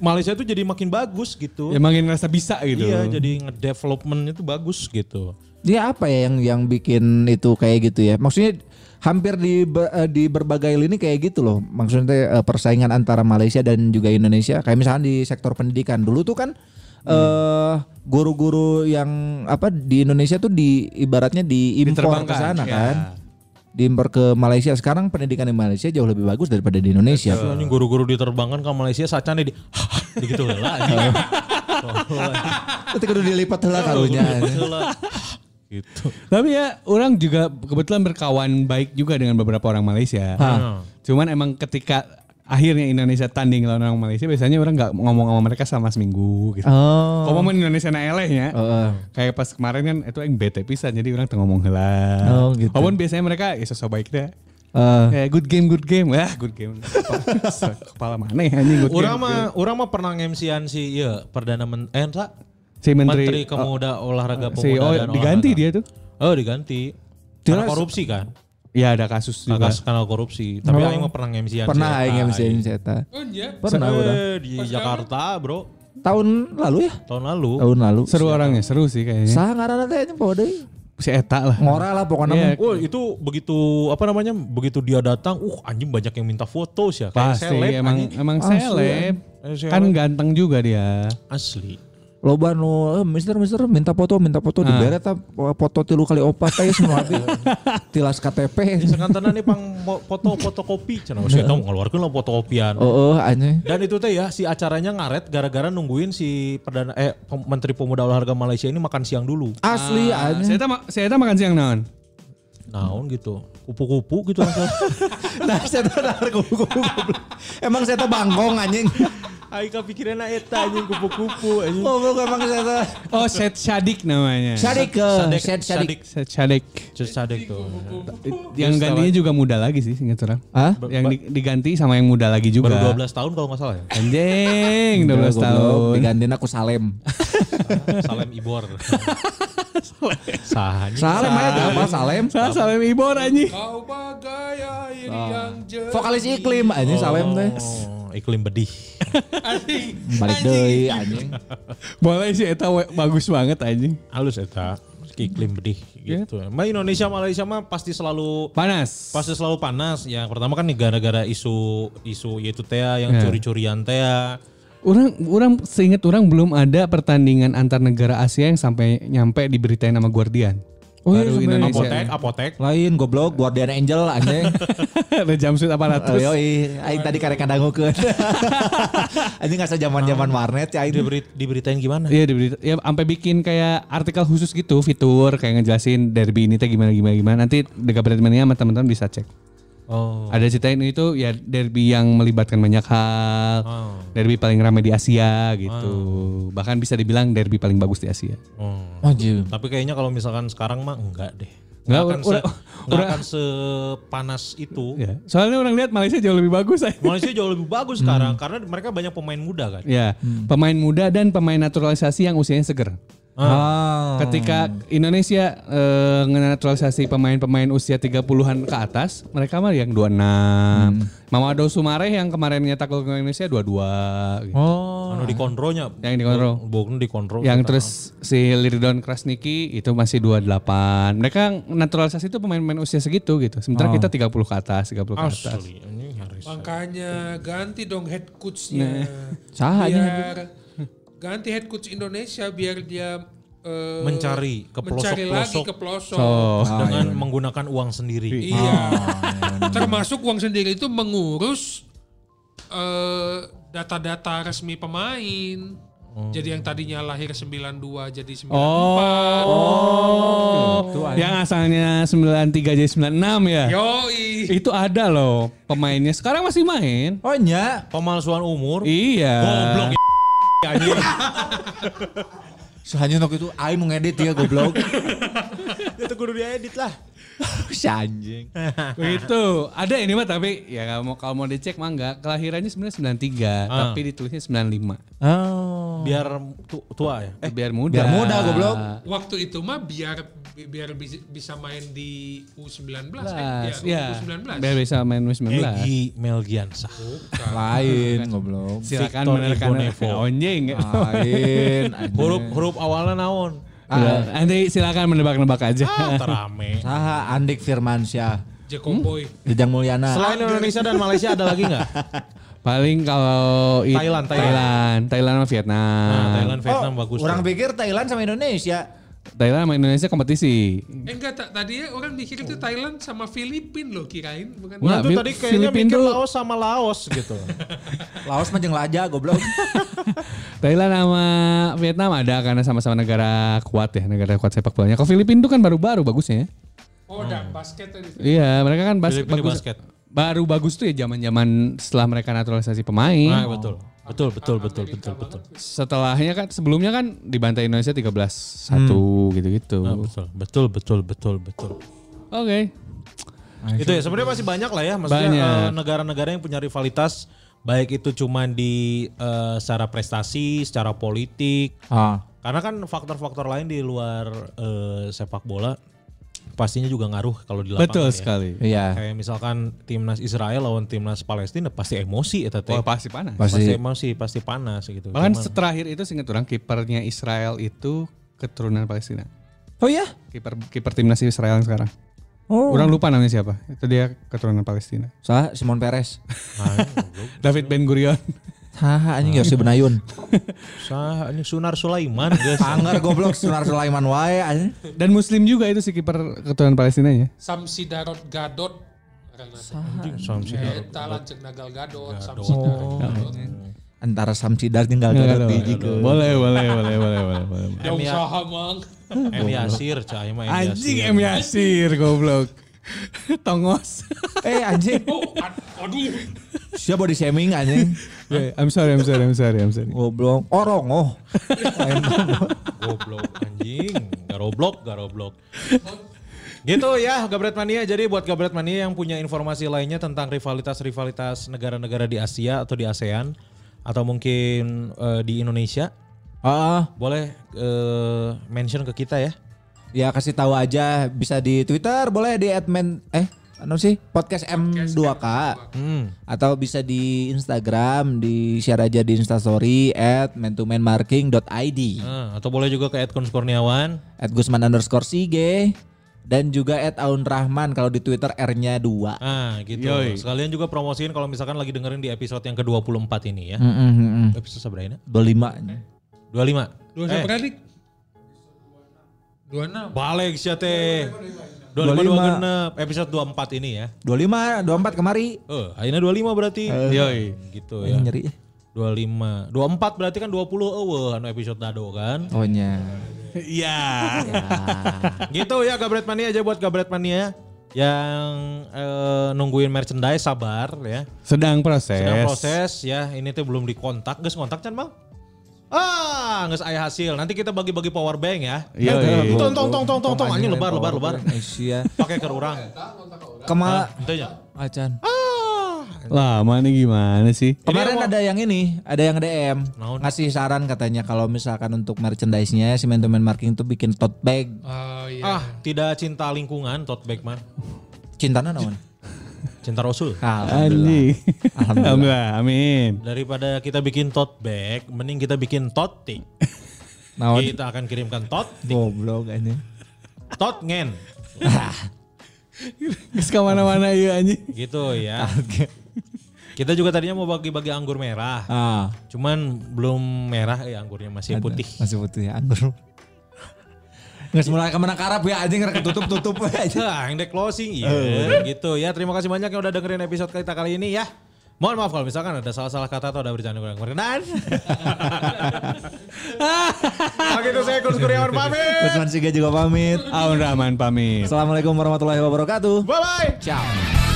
Malaysia itu jadi makin Oh. bagus gitu. Ya makin ngerasa bisa gitu. Iya, jadi ngedevelopmentnya itu bagus gitu. Dia apa ya yang yang bikin itu kayak gitu ya? Maksudnya hampir di be- eh, di berbagai lini kayak gitu loh. Maksudnya teh, eh, persaingan antara Malaysia dan juga Indonesia. Kayak misalnya di sektor pendidikan dulu tuh kan Hmm. eh guru-guru yang apa di Indonesia tuh di ibaratnya diimpor ke Diterbangkan, sana ya. kan. Diimpor ke Malaysia. Sekarang pendidikan di Malaysia jauh lebih bagus daripada di Indonesia. Ya. Terus anjing guru-guru diterbangkan ke Malaysia sacane di gitu lah. anjing. Itu kudu dilipat lah karunya. gitu. Tapi ya orang juga kebetulan berkawan baik juga dengan beberapa orang Malaysia. Cuman emang ketika akhirnya Indonesia tanding lawan orang Malaysia biasanya orang nggak ngomong sama mereka selama seminggu gitu. Oh. Kalau momen Indonesia na eleh ya. Heeh. Kayak pas kemarin kan itu yang bete pisan jadi orang teu ngomong heula. Oh, gitu. Walaupun biasanya mereka ya sosok baik deh. Eh. Kayak good game, good game. Wah, good game. Kepala mana ya anjing good Orang game. mah orang mah pernah MC-an si iya perdana men eh entah, si menteri, menteri, eh, Oh, Kemuda Olahraga Pemuda si oh dan diganti Olahraga. dia tuh. Oh, diganti. Karena korupsi kan? Ya ada kasus juga. Agas kanal korupsi. Tapi Oh. aing mah pernah Iya, MC-an. Pernah ya, si Eta, aing MC anjing. Zeta. Oh iya. Pernah udah. Eh, Ah, di Jakarta, Bro. Tahun lalu ya? Tahun lalu. Tahun lalu. Seru orangnya, seru sih kayaknya. Sah ngarana teh nya poho deui. Si Eta lah. Iya. Ngora lah pokoknya Iya. mah. Wah, itu begitu apa namanya? Begitu dia datang, uh anjing banyak yang minta foto sih ya. Kayak Pasti seleb, Iya, emang anjing. emang Asli, seleb. anjing. Kan ganteng juga dia. asli. Loba nu eh, mister mister minta foto minta foto di beret tah, eh, foto tilu kali opat teh semua hati. Tilas KTP. Sekantanan nih pang mo- foto fotokopi cenah. Saya Nah. tahu ngeluarkeun lah fotokopian. Oh, oh anjing. Dan itu teh ya si acaranya ngaret gara-gara nungguin si perdana eh Pem- menteri pemuda olahraga Malaysia ini makan siang dulu. Asli Si anjing. Eta, Ah, ma- si Eta makan siang naon? Naon gitu. Kupu-kupu gitu langsung. Nah, saya tuh ada kupu-kupu. Emang saya tuh bangkong anjing. Ai kepikiran eta anjing kupu-kupu anjing. Goblok emang saya tuh. Oh, Seth Shadik namanya. Sadik ke, Sadik Sadek, Sadik. Sadek. Seth Shadik. Just sadek tuh. Yang gantinya juga muda lagi sih, ingat orang. Hah? Yang di- diganti sama yang muda lagi juga. Baru 12 tahun kalau nggak salah ya. Anjing, 12 Goblok, tahun. Digantiin aku Salem. Salem Ibor. Sah anjing. Salem aja tuh apa Salem? Salah Ah, Salem Ibor anjing. Kau bagai air yang jernih. Oh. Vokalis iklim anjing Salem teh. Oh, iklim bedih. Anjing. Balik deui anjing. Boleh sih Eta we- bagus banget anjing. Halus eta. Iklim bedih gitu. Mah Indonesia Malaysia mah pasti selalu Panas. pasti selalu panas. Yang pertama kan nih gara-gara isu isu yaitu teh yang Ya. curi-curian teh. Orang orang seingat orang belum ada pertandingan antar negara Asia yang sampai nyampe diberitain sama Guardian. Oh iya, sampai- Apotek, apotek. Lain goblok Guardian Angel anjing. Ada jumpsuit 400. Oh, yoi, aing tadi karek kadangukeun. anjing asa zaman-zaman warnet ya aing. Diberi, diberitain gimana? Iya diberi, ya sampai bikin kayak artikel khusus gitu, fitur kayak ngejelasin derby ini teh gimana gimana gimana. Nanti Dega Bradmania sama teman-teman bisa cek. Oh. Ada ceritain itu ya derby yang melibatkan banyak hal, derby paling ramai di Asia gitu. Bahkan bisa dibilang derby paling bagus di Asia. oh. Anjing. Tapi kayaknya kalau misalkan sekarang mah enggak deh. Enggak, akan, ura- se- enggak akan sepanas itu. Ya. Soalnya orang lihat Malaysia jauh lebih bagus. eh. ay. Malaysia jauh lebih Hmm. bagus sekarang karena mereka banyak pemain muda kan. Ya, pemain muda dan pemain naturalisasi yang usianya seger. Ah. Ketika Indonesia eh, ngenaturalisasi pemain-pemain usia 30-an ke atas, mereka mah yang 26. Mamado Sumare yang kemarin nyetak gol ke Indonesia 22 gitu. Oh. Anu dikontronya. Yang dikontrol. Bukan dikontrol. Yang terus si Liridon Krasniki itu masih 28. Mereka naturalisasi itu pemain-pemain usia segitu gitu. Sementara kita 30 ke atas, 30 ke atas. asli ini harus. Makanya ganti dong head coachnya. Nah, Saha aja. Biar ganti head coach Indonesia biar dia eh, Mencari ke mencari lagi pelosok-pelosok. ke pelosok. Ah, dengan iya. menggunakan uang sendiri. Iya. Termasuk uang sendiri itu mengurus eh, data-data resmi pemain. Jadi yang tadinya lahir 92 jadi 94. Oh, yang asalnya 93 jadi 96 ya. Yoi. Itu ada loh pemainnya. Sekarang masih main. Oh nya. Pemalsuan umur. Iya. Goblok, anjing. Sehanyu nok itu aing mau ngedit ya goblok. itu kudu dia edit lah. si anjing. Itu ada ini mah tapi ya kalau mau kalau mau dicek mah enggak kelahirannya sebenarnya 93 Ah. tapi ditulisnya 95. Oh. Biar tu- tua ya. biar muda. biar muda, goblok. Waktu itu mah biar bi- biar bis- bisa main di U19 eh, Iya, Belas, ya, ya. U19. Biar bisa main Wis 19. Egi Melgiansah. Bukan. Lain goblok. Silakan Victor menekan Ibonevo. Ah, iya. onjeng. Lain. anjing. Huruf huruf awalnya naon? Ah, Nanti silakan menebak-nebak Iya. aja. Ah, terame. Saha Andik Firmansyah, Jacoboy. Jejang Mulyana. Selain Indonesia dan Malaysia ada lagi nggak? Paling kalau it- Thailand, Thailand. Thailand, Thailand sama Vietnam. Nah, Thailand, Vietnam Oh, bagus. Orang tuh. pikir Thailand sama Indonesia. Thailand sama Indonesia kompetisi. Eh enggak ta- tadinya orang mikir itu Thailand sama Filipin loh kirain bukan. Wah. itu Fil- tadi kayaknya Filipin mikir tuh- Laos sama Laos gitu. Laos mah jeung laja goblok. Thailand sama Vietnam ada karena sama-sama negara kuat ya, negara kuat sepak bolanya. Kalau Filipina tuh kan baru-baru bagusnya. ya. Oh, dan basket tadi. Iya, mereka kan bas Filipina di bagus. basket. Baru bagus tuh ya zaman-zaman setelah mereka naturalisasi pemain. Nah, betul. Betul, betul, betul, betul, betul. Setelahnya kan sebelumnya kan dibantai Indonesia 13-1 gitu-gitu. Nah, betul, betul, betul, betul, betul. Oke. Itu ya sebenarnya masih banyak lah ya, maksudnya Banyak. eh, negara-negara yang punya rivalitas baik itu cuman di eh, secara prestasi, secara politik. Ah. Karena kan faktor-faktor lain di luar eh, sepak bola pastinya juga ngaruh kalau di lapangan. Betul ya. sekali. Iya. Kayak misalkan timnas Israel lawan timnas Palestina pasti emosi ya teh. Wah, pasti panas. Pasti Pasti emosi, pasti panas gitu. Bahkan Cuman- terakhir itu seingat orang kipernya Israel itu keturunan Palestina. Oh iya. Kiper kiper timnas Israel yang sekarang. Oh. Orang lupa namanya siapa. Itu dia keturunan Palestina. Saha Simon Perez. "Ah, David Ben Gurion. Saha anjing Yosi Benayun. Sah, ini Sunar Sulaiman guys. Anger goblok Sunar Sulaiman wae anjing. Dan Muslim juga itu si kiper keturunan Palestina ya. Samsi Darot Gadot. Karena Samsi Eta lanceng Eh, nagal Gadot, Samsi Darot Gadot. Antara Samsidar jeung Gal Nggak Gadot tahu. hiji ke. Boleh, boleh, boleh, boleh, boleh, boleh. Ya usaha mang. M Yasir, cah Ima M Anjing Yasir. M Yasir goblok. Tongos. Eh anjing. Oh, ad- aduh. Siapa body shaming anjing. Yeah, I'm sorry, I'm sorry, I'm sorry, I'm sorry. Goblok. Orong oh. Goblok anjing, garoblok, garoblok. Gitu ya Gabret Mania. Jadi buat Gabret Mania yang punya informasi lainnya tentang rivalitas-rivalitas negara-negara di Asia atau di ASEAN atau mungkin eh, di Indonesia, Heeh. boleh eh, mention ke kita ya. Ya kasih tahu aja bisa di Twitter boleh di admin eh anu sih podcast M2K Hmm. atau bisa di Instagram di share aja di Instastory at mantomanmarking.id Eh, atau boleh juga ke Edkun Kurniawan. at Gusman underscore Sige dan juga at Aun Rahman kalau di Twitter R-nya dua. Ah, gitu. Sekalian juga promosiin kalau misalkan lagi dengerin di episode yang ke-24 ini Hmm. ya. Mm, mm, mm. Episode seberapa ini? Berlima. 25. Dua Eh. siapa adik? Dua enam. Balik sih teh. 25, 26, episode 24 ini ya. 25, 24 kemari. Eh, akhirnya 25 berarti. Yoi. Gitu ya. Eh, nyeri. 25. 24 berarti kan 20 eueuh anu episode dado kan. Oh nya. Iya. gitu ya Gabret Mania aja buat Gabret Mania yang eh, nungguin merchandise sabar ya. Sedang proses. Sedang proses ya. Ini tuh belum dikontak. Geus kontak can, Bang? Ah, geus aya hasil. Nanti kita bagi-bagi power bank ya. Yoi. Tong tong tong tong tong tong anjing lebar lebar lebar. Asia. Pakai Ah, ke urang. Kemala. Henteu nya. Acan. Ah. Lama nih gimana sih? Kemarin ada yang ini, ada yang DM Naon? ngasih saran katanya kalau misalkan untuk merchandise-nya si Man to Man Marking tuh bikin tote bag. Oh iya. Ah, tidak cinta lingkungan Todd Beckman. Cintana naon? Cinta Rasul. Ah. Alhamdulillah. Anjing. Alhamdulillah. Amin. Daripada kita bikin tote bag, mending kita bikin totti. Naon? Kita akan kirimkan tot, Goblok anjing. tot ngen. Terus kemana-mana iya anjing. Gitu ya. Kita juga tadinya mau bagi-bagi anggur merah. Ah, Cuman belum merah ya anggurnya masih putih. masih putih ya, anggur. Nggak mulai kemana karap ya anjing nggak ketutup-tutup ya, aja. Nah, yang dek closing iya gitu ya. Terima kasih banyak yang udah dengerin episode kita kali ini ya. Mohon maaf kalau misalkan ada salah-salah kata atau ada bercanda kurang berkenan. Begitu saya Kus Kurniawan pamit. Gusman Siga juga pamit. Aun Rahman pamit. Assalamualaikum warahmatullahi wabarakatuh. Bye-bye. Ciao.